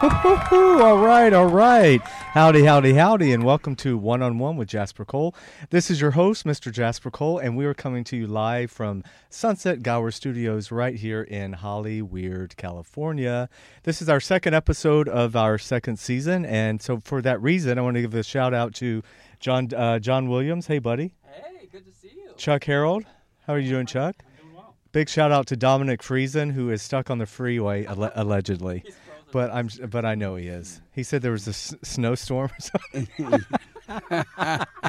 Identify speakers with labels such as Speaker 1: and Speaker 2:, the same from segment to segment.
Speaker 1: Woo-hoo-hoo. All right, all right. Howdy, howdy, howdy, and welcome to One on One with Jasper Cole. This is your host, Mr. Jasper Cole, and we are coming to you live from Sunset Gower Studios right here in Holly Weird, California. This is our second episode of our second season, and so for that reason, I want to give a shout out to John uh, John Williams. Hey, buddy. Hey, good to see you. Chuck Harold. How are you doing, Chuck? Big shout out to Dominic Friesen, who is stuck on the freeway alle- allegedly. But I'm, but I know he is. He said there was a s- snowstorm or something.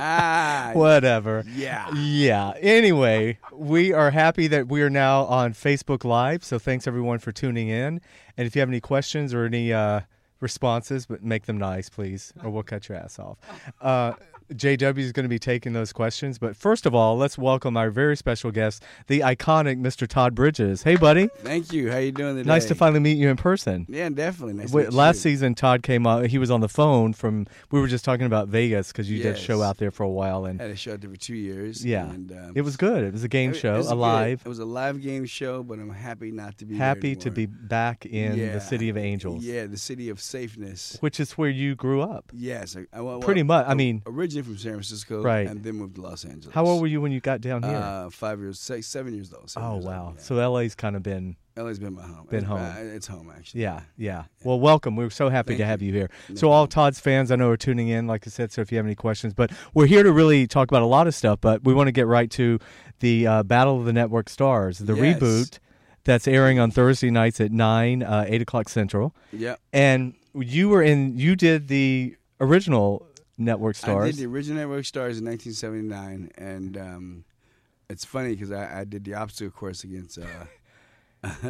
Speaker 1: Whatever.
Speaker 2: Yeah.
Speaker 1: Yeah. Anyway, we are happy that we are now on Facebook Live. So thanks everyone for tuning in. And if you have any questions or any uh, responses, but make them nice, please, or we'll cut your ass off. Uh, JW is going to be taking those questions. But first of all, let's welcome our very special guest, the iconic Mr. Todd Bridges. Hey, buddy.
Speaker 2: Thank you. How you doing today?
Speaker 1: Nice to finally meet you in person.
Speaker 2: Yeah, definitely. Nice. to
Speaker 1: Wait,
Speaker 2: meet
Speaker 1: last
Speaker 2: you.
Speaker 1: season, Todd came on. He was on the phone from. We were just talking about Vegas because you did a show
Speaker 2: Yes.
Speaker 1: out there for a while, and
Speaker 2: I had a show out there for two years.
Speaker 1: yeah,
Speaker 2: and, um,
Speaker 1: it was good. It was a game
Speaker 2: it- it
Speaker 1: show,
Speaker 2: was
Speaker 1: a
Speaker 2: good-
Speaker 1: live.
Speaker 2: It was a live game show, but I'm happy not to be there
Speaker 1: Happy to
Speaker 2: anymore.
Speaker 1: be back in
Speaker 2: Yeah.
Speaker 1: the city of Angels,
Speaker 2: Yeah, the city of safeness.
Speaker 1: which is where you grew up,
Speaker 2: Yes, I, I, well,
Speaker 1: pretty much. I mean,
Speaker 2: Originally from San Francisco,
Speaker 1: Right.
Speaker 2: and then moved to Los Angeles.
Speaker 1: how old were you when you got down here?
Speaker 2: Uh, five years, six, seven years old. seven
Speaker 1: oh
Speaker 2: years old,
Speaker 1: wow,
Speaker 2: yeah.
Speaker 1: so LA's kind of been
Speaker 2: LA's been my home.
Speaker 1: Been
Speaker 2: It's-
Speaker 1: home.
Speaker 2: uh, It's home actually.
Speaker 1: Yeah, yeah. Well, welcome. We're so happy to
Speaker 2: Thank
Speaker 1: have you,
Speaker 2: you.
Speaker 1: here.
Speaker 2: No
Speaker 1: so, all Todd's fans I know are tuning in, like I said. So, if you have any questions, but we're here to really talk about a lot of stuff. But we want to get right to the uh, Battle of the Network Stars, the
Speaker 2: Yes.
Speaker 1: reboot that's airing on Thursday nights at nine, uh, eight o'clock central.
Speaker 2: Yeah.
Speaker 1: And you were in. You did the original Network Stars.
Speaker 2: I did the original Network Stars in 1979, and um, it's funny because I, I did the obstacle course against uh,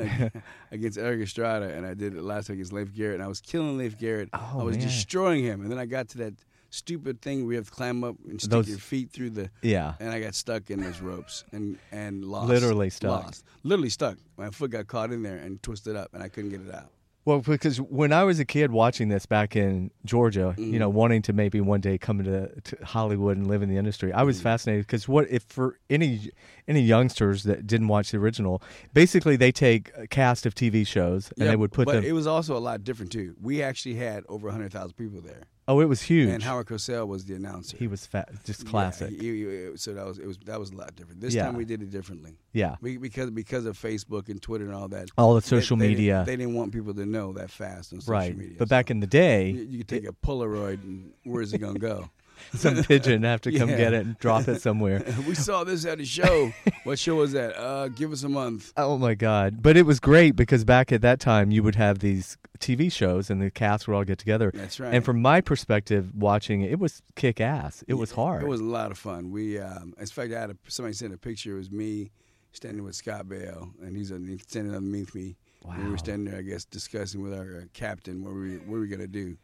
Speaker 2: against Eric Estrada, and I did it last time against Leif Garrett, and I was killing Leif Garrett.
Speaker 1: Oh,
Speaker 2: I was
Speaker 1: man.
Speaker 2: destroying him, and then I got to that stupid thing where you have to climb up and stick
Speaker 1: Those-
Speaker 2: your feet through the
Speaker 1: yeah.
Speaker 2: and I got stuck in those ropes and and lost.
Speaker 1: Literally stuck.
Speaker 2: Lost. Literally stuck. My foot got caught in there and twisted up, and I couldn't get it out.
Speaker 1: Well, because when I was a kid watching this back in Georgia, you
Speaker 2: Mm.
Speaker 1: know, wanting to maybe one day come to, to Hollywood and live in the industry, I was
Speaker 2: Mm.
Speaker 1: fascinated because what if for any any youngsters that didn't watch the original, basically they take a cast of TV shows and
Speaker 2: Yeah,
Speaker 1: they would put
Speaker 2: but
Speaker 1: them.
Speaker 2: it was also a lot different too. We actually had over 100,000 people there.
Speaker 1: oh, it was huge.
Speaker 2: And Howard Cosell was the announcer.
Speaker 1: he was fat, just
Speaker 2: Yeah,
Speaker 1: classic.
Speaker 2: he- he- he- so that was it was that was a lot different. This
Speaker 1: Yeah.
Speaker 2: time we did it differently.
Speaker 1: Yeah.
Speaker 2: We, because because of Facebook and Twitter and all that.
Speaker 1: All the
Speaker 2: they-
Speaker 1: social
Speaker 2: they didn't-
Speaker 1: media.
Speaker 2: They didn't want people to know that fast on social
Speaker 1: right.
Speaker 2: media.
Speaker 1: But back in the day,
Speaker 2: you, you could take a Polaroid and where's it gonna go?
Speaker 1: some pigeon have to come
Speaker 2: Yeah.
Speaker 1: get it and drop it somewhere.
Speaker 2: we saw this at a show. what show was that? Uh, give us a month.
Speaker 1: Oh my God! But it was great because back at that time, you would have these TV shows, and the cast would all get together.
Speaker 2: That's
Speaker 1: And
Speaker 2: right.
Speaker 1: from my perspective, watching it, it was kick ass. It was hard.
Speaker 2: It was a lot of fun. We, um, in fact, I had a, somebody sent a picture. It was me standing with Scott Bale, and he's underneath- standing underneath me. And We
Speaker 1: Wow.
Speaker 2: were standing there, I guess, discussing with our uh, captain what we what we were gonna do.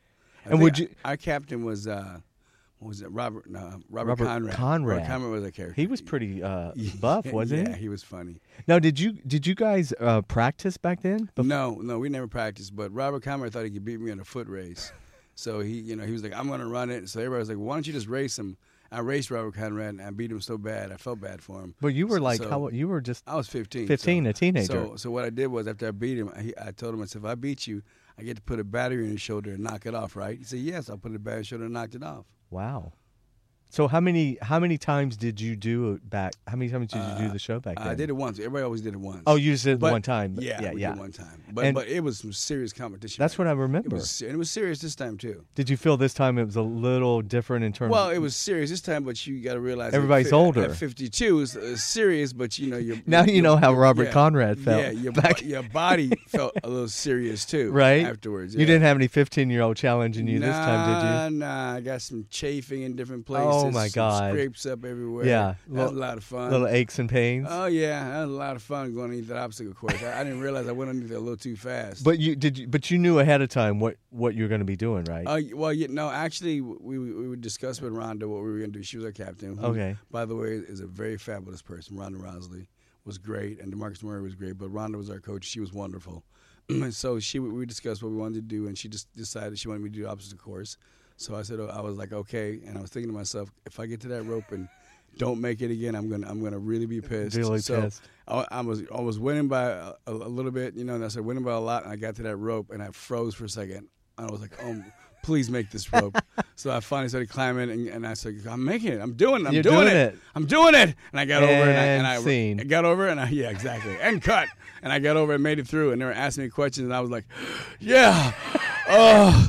Speaker 2: I
Speaker 1: And would
Speaker 2: think
Speaker 1: you-
Speaker 2: Our captain was uh, what was it? Robert? No, Robert,
Speaker 1: Robert
Speaker 2: Conrad.
Speaker 1: Conrad.
Speaker 2: Robert Conrad was a character.
Speaker 1: he was pretty uh, buff, wasn't
Speaker 2: yeah,
Speaker 1: he?
Speaker 2: he was funny.
Speaker 1: Now, did you did you guys uh, practice back then? Bef-
Speaker 2: No, no, we never practiced. But Robert Conrad thought he could beat me in a foot race, so he, you know, he was like, "I'm going to run it." So everybody was like, "Why don't you just race him?" I raced Robert Conrad, and I beat him so bad, I felt bad for him.
Speaker 1: But you were like,
Speaker 2: So-
Speaker 1: how you were just
Speaker 2: I was 15.
Speaker 1: 15, a teenager.
Speaker 2: So, so what I did was after I beat him, I, I told him, I said, if I beat you, I get to put a battery in your shoulder and knock it off, right? He said, yes, I'll put a battery in your shoulder and knocked it off.
Speaker 1: wow. So how many how many times did you do it back? How many times did you do the show back then?
Speaker 2: Uh, I did it once. Everybody always did it once.
Speaker 1: Oh, you just did it
Speaker 2: But-
Speaker 1: one time.
Speaker 2: Yeah,
Speaker 1: yeah,
Speaker 2: we
Speaker 1: yeah.
Speaker 2: Did one time, but
Speaker 1: And-
Speaker 2: but it was some serious competition.
Speaker 1: That's what I
Speaker 2: It
Speaker 1: remember.
Speaker 2: was, se- and it was serious this time too.
Speaker 1: Did you feel this time it was a little different in terms?
Speaker 2: Well, it was serious this time, but you got to realize at
Speaker 1: Everybody's
Speaker 2: fi-
Speaker 1: older.
Speaker 2: At 52, it's uh, serious, but you know your
Speaker 1: now you
Speaker 2: your-
Speaker 1: know how Robert
Speaker 2: yeah,
Speaker 1: Conrad felt.
Speaker 2: Yeah, your,
Speaker 1: back,
Speaker 2: bo- your body felt a little serious too.
Speaker 1: right
Speaker 2: afterwards,
Speaker 1: You
Speaker 2: yeah.
Speaker 1: didn't have any fifteen-year-old challenging you
Speaker 2: nah,
Speaker 1: this time, did you?
Speaker 2: Nah, I got some chafing in different places.
Speaker 1: Oh, my
Speaker 2: some
Speaker 1: God.
Speaker 2: Scrapes up everywhere.
Speaker 1: Yeah,
Speaker 2: that was a
Speaker 1: lo-
Speaker 2: lot of fun.
Speaker 1: Little aches and pains.
Speaker 2: Oh yeah, that was a lot of fun going underneath that obstacle course. I, I didn't realize I went underneath it a little too fast.
Speaker 1: but you did. You, but you knew ahead of time what what you were going to be doing, right?
Speaker 2: Uh, y- well, you no, actually, we we we would discuss with Rhonda what we were going to do. She was our captain. who,
Speaker 1: Okay.
Speaker 2: By the way, is a very fabulous person. Rhonda Rosley was great, and Demarcus Murray was great. But Rhonda was our coach. She was wonderful. And so she we discussed what we wanted to do, and she just decided she wanted me to do the obstacle course. So I said I was like okay, and I was thinking to myself, if I get to that rope and don't make it again, I'm gonna I'm gonna really be pissed.
Speaker 1: Really
Speaker 2: so
Speaker 1: pissed.
Speaker 2: I, I was I was winning by a, a little bit, you know, and I said winning by a lot, and I got to that rope and I froze for a second. And I was like, oh, please make this rope. so I finally started climbing, and, and I said, I'm making it. I'm doing it. I'm
Speaker 1: You're
Speaker 2: doing,
Speaker 1: doing
Speaker 2: it.
Speaker 1: it.
Speaker 2: I'm doing it. And I got over and I, and I
Speaker 1: And scene.
Speaker 2: I got over and I yeah exactly and cut and I got over and made it through and they were asking me questions and I was like, yeah, uh,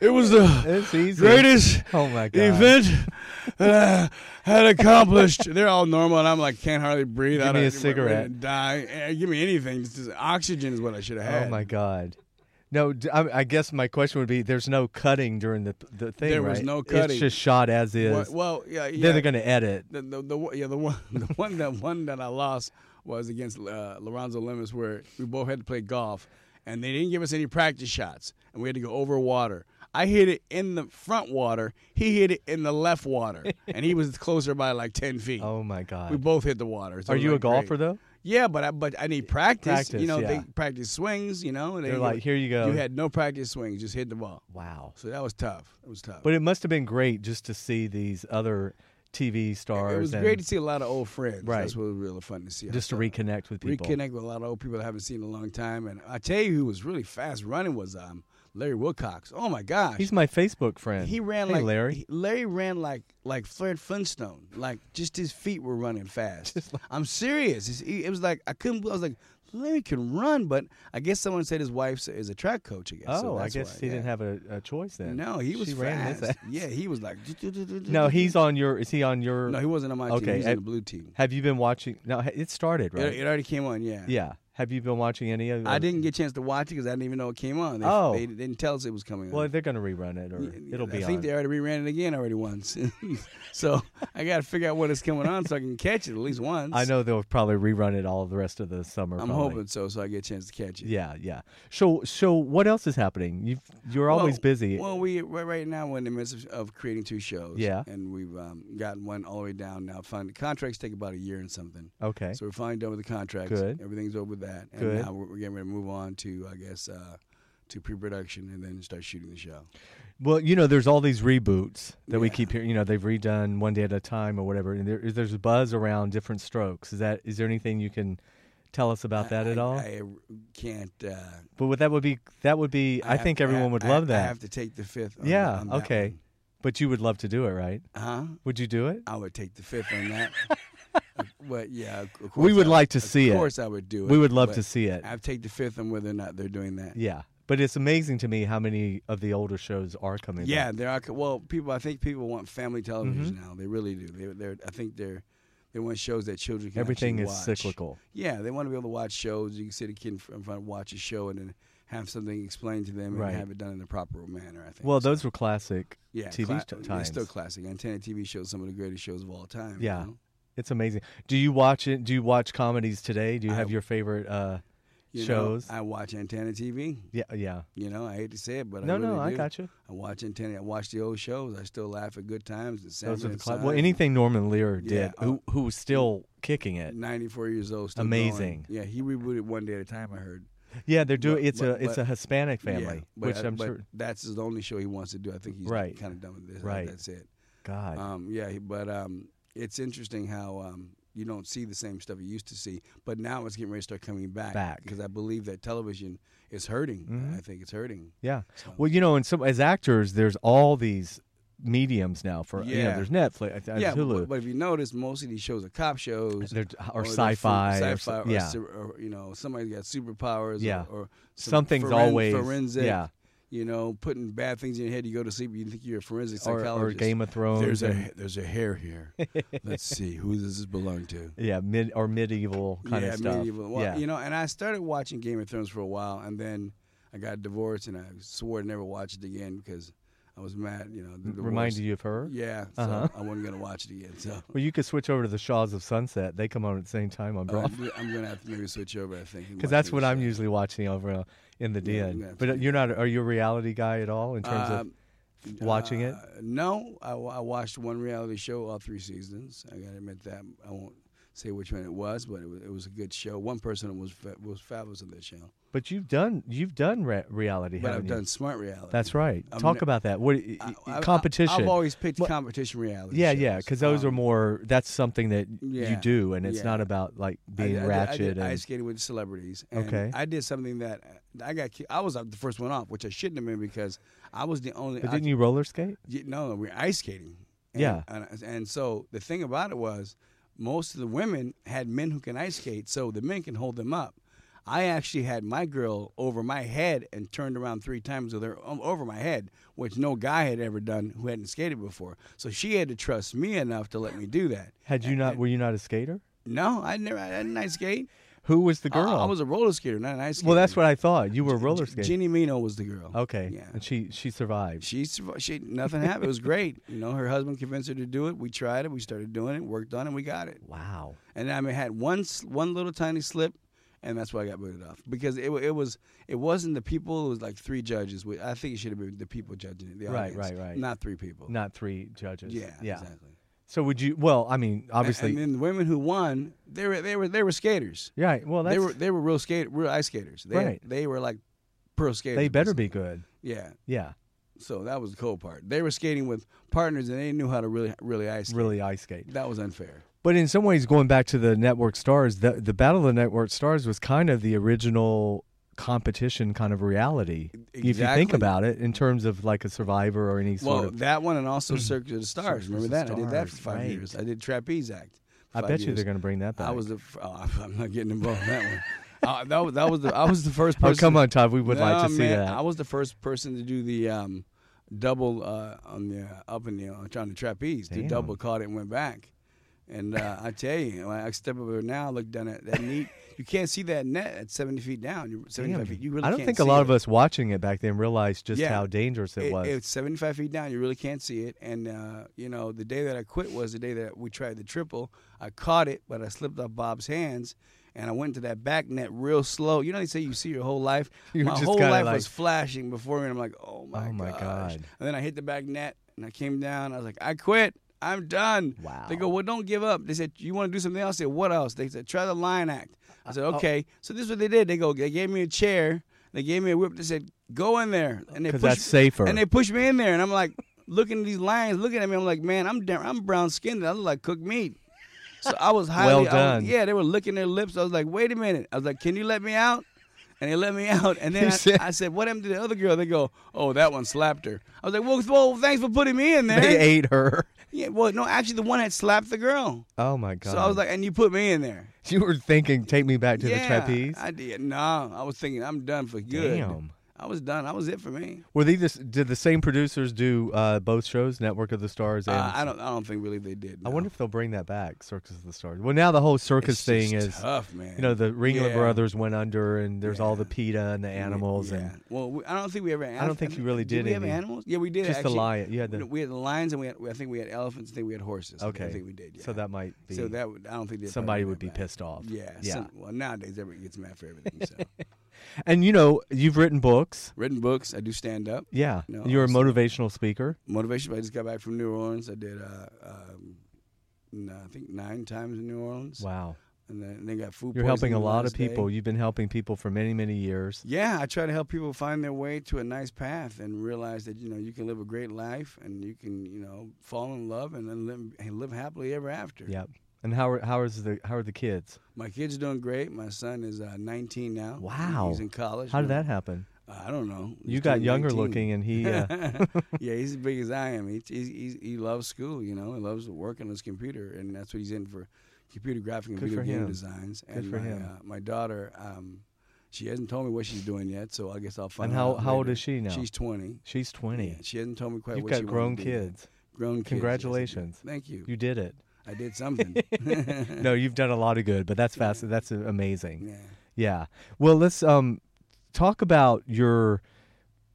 Speaker 2: it was the
Speaker 1: It's easy.
Speaker 2: greatest
Speaker 1: Oh, my God.
Speaker 2: event that I uh, had accomplished. They're all normal, and I'm like, can't hardly breathe.
Speaker 1: Give
Speaker 2: I
Speaker 1: me
Speaker 2: don't-
Speaker 1: a cigarette.
Speaker 2: Die. Eh, Give me anything. This is, oxygen is what I should have had.
Speaker 1: Oh my God. No, d- I, I guess my question would be: There's no cutting during the the thing,
Speaker 2: There was
Speaker 1: right?
Speaker 2: no cutting.
Speaker 1: It's just shot as is.
Speaker 2: Well, well, yeah, yeah.
Speaker 1: then they're going to edit.
Speaker 2: the, the, the one- yeah the one the one that one that I lost was against uh, Lorenzo Lemus, where we both had to play golf, and they didn't give us any practice shots, and we had to go over water. I hit it in the front water. He hit it in the left water, and he was closer by like ten feet.
Speaker 1: Oh my
Speaker 2: We
Speaker 1: God.
Speaker 2: both hit the water. so
Speaker 1: Are
Speaker 2: it was,
Speaker 1: you a
Speaker 2: like, great.
Speaker 1: golfer though?
Speaker 2: Yeah, but I, but I need practice.
Speaker 1: Practice,
Speaker 2: you know, they
Speaker 1: yeah.
Speaker 2: practice swings. You know, and they
Speaker 1: They're like, "Here you go."
Speaker 2: You had no practice swings, just hit the ball.
Speaker 1: Wow.
Speaker 2: So that was tough. It was tough.
Speaker 1: But it must have been great just to see these other TV stars.
Speaker 2: it was
Speaker 1: and
Speaker 2: great to see a lot of old friends.
Speaker 1: Right.
Speaker 2: That's what was really fun to see.
Speaker 1: just to reconnect with people.
Speaker 2: reconnect with a lot of old people I haven't seen in a long time. And I tell you, who was really fast running was um Larry Wilcox. Oh my gosh,
Speaker 1: He's my Facebook friend.
Speaker 2: he ran
Speaker 1: Hey,
Speaker 2: like
Speaker 1: Larry.
Speaker 2: he- Larry ran like like Fred Flintstone. Like just his feet were running fast. I'm serious. It's, it was like I couldn't. I was like Larry can run, but I guess someone said his wife is a track coach. I guess.
Speaker 1: oh,
Speaker 2: so
Speaker 1: I
Speaker 2: that's
Speaker 1: guess
Speaker 2: why,
Speaker 1: he
Speaker 2: yeah.
Speaker 1: didn't have a, a choice then.
Speaker 2: No, he was
Speaker 1: she ran his
Speaker 2: fast.
Speaker 1: ass.
Speaker 2: Yeah, he was like.
Speaker 1: No, he's on your. Is he on your?
Speaker 2: No, he wasn't on my team.
Speaker 1: Okay,
Speaker 2: He was on
Speaker 1: I-
Speaker 2: the blue team.
Speaker 1: Have you been watching? No, ha- it started
Speaker 2: It,
Speaker 1: right.
Speaker 2: it already came on. Yeah.
Speaker 1: yeah. Have you been watching any of?
Speaker 2: I didn't get a chance to watch it because I didn't even know it came on. They,
Speaker 1: Oh.
Speaker 2: they didn't tell us it was coming
Speaker 1: Well,
Speaker 2: on.
Speaker 1: they're going to rerun it, or it'll
Speaker 2: I
Speaker 1: be
Speaker 2: think
Speaker 1: on.
Speaker 2: they already reran it again already once. so I got to figure out when it's coming on so I can catch it at least once.
Speaker 1: I know they'll probably rerun it all the rest of the summer.
Speaker 2: I'm
Speaker 1: probably.
Speaker 2: hoping so, so I get a chance to catch it.
Speaker 1: Yeah, yeah. So, so what else is happening? You you're always
Speaker 2: Well-
Speaker 1: busy.
Speaker 2: Well, we right, right now we're in the midst of, of creating two shows.
Speaker 1: Yeah.
Speaker 2: and we've um, gotten one all the way down now. Finally, contracts take about a year and something.
Speaker 1: okay.
Speaker 2: So we're finally done with the contracts.
Speaker 1: Good.
Speaker 2: Everything's over with that, and
Speaker 1: Good.
Speaker 2: now we're, we're getting ready to move on to, I guess, uh, to pre-production and then start shooting the show.
Speaker 1: Well, you know, there's all these reboots that we keep hearing. You know, they've redone one day at a time or whatever, and there, there's a buzz around different strokes. Is that is there anything you can tell us about that at
Speaker 2: I-
Speaker 1: all?
Speaker 2: I can't. Uh,
Speaker 1: but would, that would be that would be. I,
Speaker 2: have
Speaker 1: think
Speaker 2: to-
Speaker 1: everyone
Speaker 2: I-
Speaker 1: would
Speaker 2: I-
Speaker 1: love
Speaker 2: I
Speaker 1: that.
Speaker 2: have to take the fifth. On,
Speaker 1: yeah.
Speaker 2: on that
Speaker 1: okay. But you would love to do it, right?
Speaker 2: one. Huh?
Speaker 1: Would you do it?
Speaker 2: I would take the fifth on that. but yeah, of course
Speaker 1: We would
Speaker 2: I-
Speaker 1: like to see it.
Speaker 2: Of course, I would do it.
Speaker 1: We would love
Speaker 2: but
Speaker 1: to see it.
Speaker 2: I'd take the fifth on whether or not they're doing that.
Speaker 1: Yeah. But it's amazing to me how many of the older shows are coming.
Speaker 2: Yeah,
Speaker 1: back.
Speaker 2: there are. Well, people, I think people want family television
Speaker 1: Mm-hmm.
Speaker 2: now. They really do. They, they're. I think they're. They want shows that children can
Speaker 1: Everything
Speaker 2: actually
Speaker 1: is
Speaker 2: watch.
Speaker 1: cyclical.
Speaker 2: Yeah, they want to be able to watch shows. You can sit a kid in fr- in front, watch a show, and then have something explained to them, and
Speaker 1: Right.
Speaker 2: have it done in the proper manner. I think.
Speaker 1: Well, those were classic
Speaker 2: yeah,
Speaker 1: TV
Speaker 2: cla-
Speaker 1: t-
Speaker 2: It's
Speaker 1: times.
Speaker 2: still classic. Antenna TV shows some of the greatest shows of all time. you
Speaker 1: Yeah.
Speaker 2: know?
Speaker 1: Mm-hmm. It's amazing. Do you watch it? Do you watch comedies today? Do you have your favorite uh,
Speaker 2: You know,
Speaker 1: shows?
Speaker 2: I watch Antenna TV.
Speaker 1: yeah, yeah.
Speaker 2: You know, I hate to say it, but
Speaker 1: No,
Speaker 2: I really
Speaker 1: no, I
Speaker 2: do.
Speaker 1: got you.
Speaker 2: I watch Antenna. I watch the old shows. I still laugh at good times. And
Speaker 1: Those are
Speaker 2: Salmon
Speaker 1: the
Speaker 2: and
Speaker 1: cla-
Speaker 2: Son.
Speaker 1: well, anything Norman Lear
Speaker 2: Yeah,
Speaker 1: did,
Speaker 2: uh,
Speaker 1: who who was still kicking it.
Speaker 2: 94 years old. Still
Speaker 1: Amazing.
Speaker 2: going. Yeah, he rebooted one day at a time. I heard.
Speaker 1: Yeah, they're doing.
Speaker 2: Mm. but-
Speaker 1: It's
Speaker 2: but-
Speaker 1: a it's
Speaker 2: but-
Speaker 1: a Hispanic
Speaker 2: Yeah,
Speaker 1: family,
Speaker 2: but
Speaker 1: which
Speaker 2: I-
Speaker 1: I'm
Speaker 2: but
Speaker 1: sure.
Speaker 2: That's his only show he wants to do. I think he's
Speaker 1: Right.
Speaker 2: kind of done with this.
Speaker 1: Right.
Speaker 2: That's it.
Speaker 1: God,
Speaker 2: Um, yeah, he- but um, it's interesting how um, you don't see the same stuff you used to see, but now it's getting ready to start coming back.
Speaker 1: Back. Mm-hmm.
Speaker 2: because I believe that television is hurting. I think it's hurting.
Speaker 1: yeah. Well, you know, and so as actors, there's all these
Speaker 2: Yeah.
Speaker 1: there's Netflix, uh, there's
Speaker 2: yeah,
Speaker 1: Hulu.
Speaker 2: But, but if you notice, most of these shows are cop shows
Speaker 1: They're- or
Speaker 2: they're
Speaker 1: sci-fi or
Speaker 2: fu-
Speaker 1: so-
Speaker 2: sci-fi, or,
Speaker 1: yeah.
Speaker 2: su- or, you know somebody's got superpowers.
Speaker 1: Yeah.
Speaker 2: or, or some
Speaker 1: Something's
Speaker 2: foren-
Speaker 1: always-
Speaker 2: forensic.
Speaker 1: yeah.
Speaker 2: you know, putting bad things in your head. You go to sleep, you think you're a forensic
Speaker 1: Or- or
Speaker 2: psychologist.
Speaker 1: Game of Thrones
Speaker 2: There's
Speaker 1: and-
Speaker 2: a there's a hair here. Let's see who does this belong to.
Speaker 1: yeah, mid or medieval kind
Speaker 2: yeah,
Speaker 1: of stuff.
Speaker 2: medieval. Well,
Speaker 1: yeah,
Speaker 2: you know, and I started watching Game of Thrones for a while, and then I got divorced, and I swore to never watch it again because I was mad. You know, the divorce.
Speaker 1: reminded you Uh-huh. of her.
Speaker 2: Yeah, so I wasn't gonna watch it again. So
Speaker 1: Well, you could switch over to the Shaws of Sunset. They come on at the same time on
Speaker 2: Uh,
Speaker 1: Bravo.
Speaker 2: I'm, I'm gonna have to maybe switch over. I think
Speaker 1: because that's what I'm usually watching over uh, in the
Speaker 2: Yeah,
Speaker 1: den.
Speaker 2: yeah.
Speaker 1: But you're not. Are you a reality guy at all in terms
Speaker 2: Um,
Speaker 1: of watching it?
Speaker 2: Uh, No, I, wa- I watched one reality show all three seasons. I gotta admit that I won't say which one it was, but it was, it was a good show. One person was fa- was fabulous in that show,
Speaker 1: But you've done. You've done re- reality.
Speaker 2: but
Speaker 1: haven't
Speaker 2: I've
Speaker 1: you?
Speaker 2: done smart reality.
Speaker 1: That's right.
Speaker 2: I'm
Speaker 1: Talk
Speaker 2: ne-
Speaker 1: about that. What i-
Speaker 2: I-
Speaker 1: i-
Speaker 2: I-
Speaker 1: competition?
Speaker 2: I've always picked
Speaker 1: Well,
Speaker 2: competition reality.
Speaker 1: Yeah, yeah,
Speaker 2: shows.
Speaker 1: because those are
Speaker 2: Um,
Speaker 1: more. That's something that you
Speaker 2: yeah,
Speaker 1: do, and it's
Speaker 2: yeah.
Speaker 1: not about like
Speaker 2: I
Speaker 1: being
Speaker 2: did- I did-
Speaker 1: ratchet.
Speaker 2: I did
Speaker 1: and
Speaker 2: ice skating with celebrities. And
Speaker 1: Okay.
Speaker 2: I did something that I got. ki- I was uh, the first one off, which I shouldn't have been because I was the only.
Speaker 1: but
Speaker 2: I-
Speaker 1: didn't you roller skate?
Speaker 2: Yeah, no, we were ice skating. And,
Speaker 1: Yeah.
Speaker 2: And, and so the thing about it was, most of the women had men who can ice skate, so the men can hold them up. I actually had my girl over my head and turned around three times with her o- over my head, which no guy had ever done who hadn't skated before. So she had to trust me enough to let me do that.
Speaker 1: Had you not? Were you not a skater?
Speaker 2: No, I never. I didn't ice skate.
Speaker 1: Who was the
Speaker 2: I-
Speaker 1: girl?
Speaker 2: I, was a roller skater, not an ice skater.
Speaker 1: well, that's what I thought. You were roller skating.
Speaker 2: Ginny Mino was the girl.
Speaker 1: okay,
Speaker 2: Yeah.
Speaker 1: and she she survived.
Speaker 2: She, surv- she nothing happened. It was great. You know, her husband convinced her to do it. We tried it. We started doing it. Worked on it. We got it.
Speaker 1: wow.
Speaker 2: And I mean, had one s- one little tiny slip, and that's why I got booted off because it wa- it was it wasn't the people. It was like three judges. We- I think it should have been the people judging it. The
Speaker 1: Right,
Speaker 2: audience,
Speaker 1: right, right.
Speaker 2: Not three people.
Speaker 1: Not three judges.
Speaker 2: Yeah.
Speaker 1: Yeah.
Speaker 2: Exactly.
Speaker 1: So would you? Well, I mean, obviously.
Speaker 2: And then the women who won, they were they were they were skaters.
Speaker 1: right. Well, that's
Speaker 2: They were they were real skate real ice skaters. They,
Speaker 1: Right.
Speaker 2: They were like pro skaters.
Speaker 1: they better be good.
Speaker 2: Yeah.
Speaker 1: Yeah.
Speaker 2: So that was the cool part. They were skating with partners and they knew how to really really ice skate.
Speaker 1: Really ice skate.
Speaker 2: That was unfair.
Speaker 1: But in some ways, going back to the network stars, the the Battle of the Network Stars was kind of the original competition kind of reality. If you think
Speaker 2: Exactly.
Speaker 1: about it, in terms of like a Survivor or any sort
Speaker 2: well,
Speaker 1: of,
Speaker 2: that one and also Circuit of the
Speaker 1: Circuit
Speaker 2: Stars.
Speaker 1: of
Speaker 2: Remember
Speaker 1: the
Speaker 2: that? I did that for
Speaker 1: Stars,
Speaker 2: five
Speaker 1: right.
Speaker 2: years. I did Trapeze Act.
Speaker 1: I bet you they're going to bring that back.
Speaker 2: I was the. f- Oh, I'm not getting involved in that one. Uh, that, was, that was the. I was the first
Speaker 1: oh
Speaker 2: person.
Speaker 1: come on, Todd, we would like to
Speaker 2: Nah,
Speaker 1: see
Speaker 2: man,
Speaker 1: that.
Speaker 2: I was the first person to do the um, double uh, on the uh, up in the uh, on the trapeze.
Speaker 1: Damn.
Speaker 2: The double caught it and went back. And uh, I tell you, when I step over now, look down at that neat. You can't see that net at 70 feet down. You're 75 feet. You really
Speaker 1: I don't
Speaker 2: can't
Speaker 1: think a
Speaker 2: see
Speaker 1: lot
Speaker 2: it.
Speaker 1: of us watching it back then realized just
Speaker 2: Yeah.
Speaker 1: how dangerous it,
Speaker 2: It-
Speaker 1: was.
Speaker 2: It's 75 feet down. You really can't see it. And, uh, you know, the day that I quit was the day that we tried the triple. I caught it, but I slipped off Bob's hands. And I went to that back net real slow. You know, they say you see your whole life.
Speaker 1: You were
Speaker 2: my
Speaker 1: just
Speaker 2: whole
Speaker 1: kinda
Speaker 2: life
Speaker 1: like-
Speaker 2: was flashing before me. And I'm like, oh my,
Speaker 1: Oh my
Speaker 2: gosh.
Speaker 1: God.
Speaker 2: And then I hit the back net and I came down. I was like, I quit. I'm done.
Speaker 1: Wow.
Speaker 2: They go, well, don't give up. They said, you want to do something else? I said, what else? They said, try the line act.
Speaker 1: Uh,
Speaker 2: I
Speaker 1: oh.
Speaker 2: said, okay. So this is what they did. They go, they gave me a chair. They gave me a whip. They said, go in there. And they
Speaker 1: 'Cause
Speaker 2: pushed
Speaker 1: that's safer.
Speaker 2: And they pushed me in there, and I'm like looking at these lions, looking at me. I'm like, man, I'm damn, I'm brown skinned. I look like cooked meat. So I was highly. I was-
Speaker 1: done.
Speaker 2: yeah, they were licking their lips. I was like, wait a minute. I was like, can you let me out? And they let me out. And then
Speaker 1: You
Speaker 2: I,
Speaker 1: said-
Speaker 2: I said, what happened to the other girl? They go, oh, that one slapped her. I was like, well, well thanks for putting me in there.
Speaker 1: they ate her.
Speaker 2: Yeah, well, no, actually, the one had slapped the girl.
Speaker 1: Oh my god!
Speaker 2: So I was like, and you put me in there.
Speaker 1: you were thinking, take me back to the
Speaker 2: yeah,
Speaker 1: trapeze.
Speaker 2: I did. No, I was thinking, I'm done for good.
Speaker 1: Damn.
Speaker 2: I was done. That was it for me.
Speaker 1: Were they this? Did the same producers do uh, both shows, Network of the Stars? And
Speaker 2: Uh, I don't. I don't think really they did.
Speaker 1: I
Speaker 2: no.
Speaker 1: wonder if they'll bring that back, Circus of the Stars. Well, now the whole circus
Speaker 2: It's
Speaker 1: thing
Speaker 2: just
Speaker 1: is,
Speaker 2: tough, man.
Speaker 1: you know, the Ringling
Speaker 2: Yeah.
Speaker 1: Brothers went under, and there's all the PETA and the animals,
Speaker 2: Yeah.
Speaker 1: and
Speaker 2: Well, we, I don't think we ever.
Speaker 1: don't think you really did
Speaker 2: we have
Speaker 1: any.
Speaker 2: animals? Yeah, we did.
Speaker 1: Just the
Speaker 2: actually.
Speaker 1: lion. You had the-
Speaker 2: We had the lions, and we had. I think we had elephants. I think we had horses.
Speaker 1: okay,
Speaker 2: I think we did. Yeah.
Speaker 1: So that might be.
Speaker 2: So that would. I don't think they
Speaker 1: somebody
Speaker 2: brought
Speaker 1: would be
Speaker 2: that back.
Speaker 1: pissed off.
Speaker 2: Yeah.
Speaker 1: yeah.
Speaker 2: some- well, nowadays everybody gets mad for everything. So,
Speaker 1: and you know, you've written books.
Speaker 2: written books. I do stand up.
Speaker 1: Yeah,
Speaker 2: No,
Speaker 1: you're a
Speaker 2: so-
Speaker 1: motivational speaker.
Speaker 2: Motivation. I just got back from New Orleans. I did. Uh, um, no, I think nine times in New Orleans.
Speaker 1: Wow,
Speaker 2: And then they got food.
Speaker 1: you're helping
Speaker 2: poisoning
Speaker 1: a
Speaker 2: the
Speaker 1: lot of
Speaker 2: last day.
Speaker 1: people. You've been helping people for many, many years.
Speaker 2: Yeah, I try to help people find their way to a nice path and realize that you know you can live a great life and you can you know fall in love and then live, and live happily ever after.
Speaker 1: Yep. And how are how is the how are the kids?
Speaker 2: My kids are doing great. My son is uh, 19 now.
Speaker 1: Wow.
Speaker 2: he's in college.
Speaker 1: How did
Speaker 2: My-
Speaker 1: that happen?
Speaker 2: I don't know.
Speaker 1: You
Speaker 2: He's
Speaker 1: got
Speaker 2: turning
Speaker 1: younger
Speaker 2: 19.
Speaker 1: looking, and he. Uh,
Speaker 2: yeah, he's as big as I am. He he's, he's, he loves school, you know. He loves working on his computer, and that's what he's in for computer graphic and
Speaker 1: Good
Speaker 2: video
Speaker 1: for
Speaker 2: game
Speaker 1: him.
Speaker 2: designs.
Speaker 1: Good
Speaker 2: and
Speaker 1: for
Speaker 2: my,
Speaker 1: him.
Speaker 2: Uh, my daughter, um, she hasn't told me what she's doing yet, so I guess I'll find
Speaker 1: and how,
Speaker 2: out.
Speaker 1: how old
Speaker 2: later.
Speaker 1: is she now?
Speaker 2: She's 20.
Speaker 1: She's 20.
Speaker 2: Yeah, she hasn't told me quite
Speaker 1: You've
Speaker 2: what she
Speaker 1: got
Speaker 2: wanted
Speaker 1: grown
Speaker 2: to do yet.
Speaker 1: kids.
Speaker 2: Grown kids. yes, I do.
Speaker 1: Congratulations.
Speaker 2: Thank you.
Speaker 1: You did it.
Speaker 2: I did something.
Speaker 1: No, you've done a lot of good, but that's fast. That's uh, amazing.
Speaker 2: yeah.
Speaker 1: Yeah. Well, let's um talk about your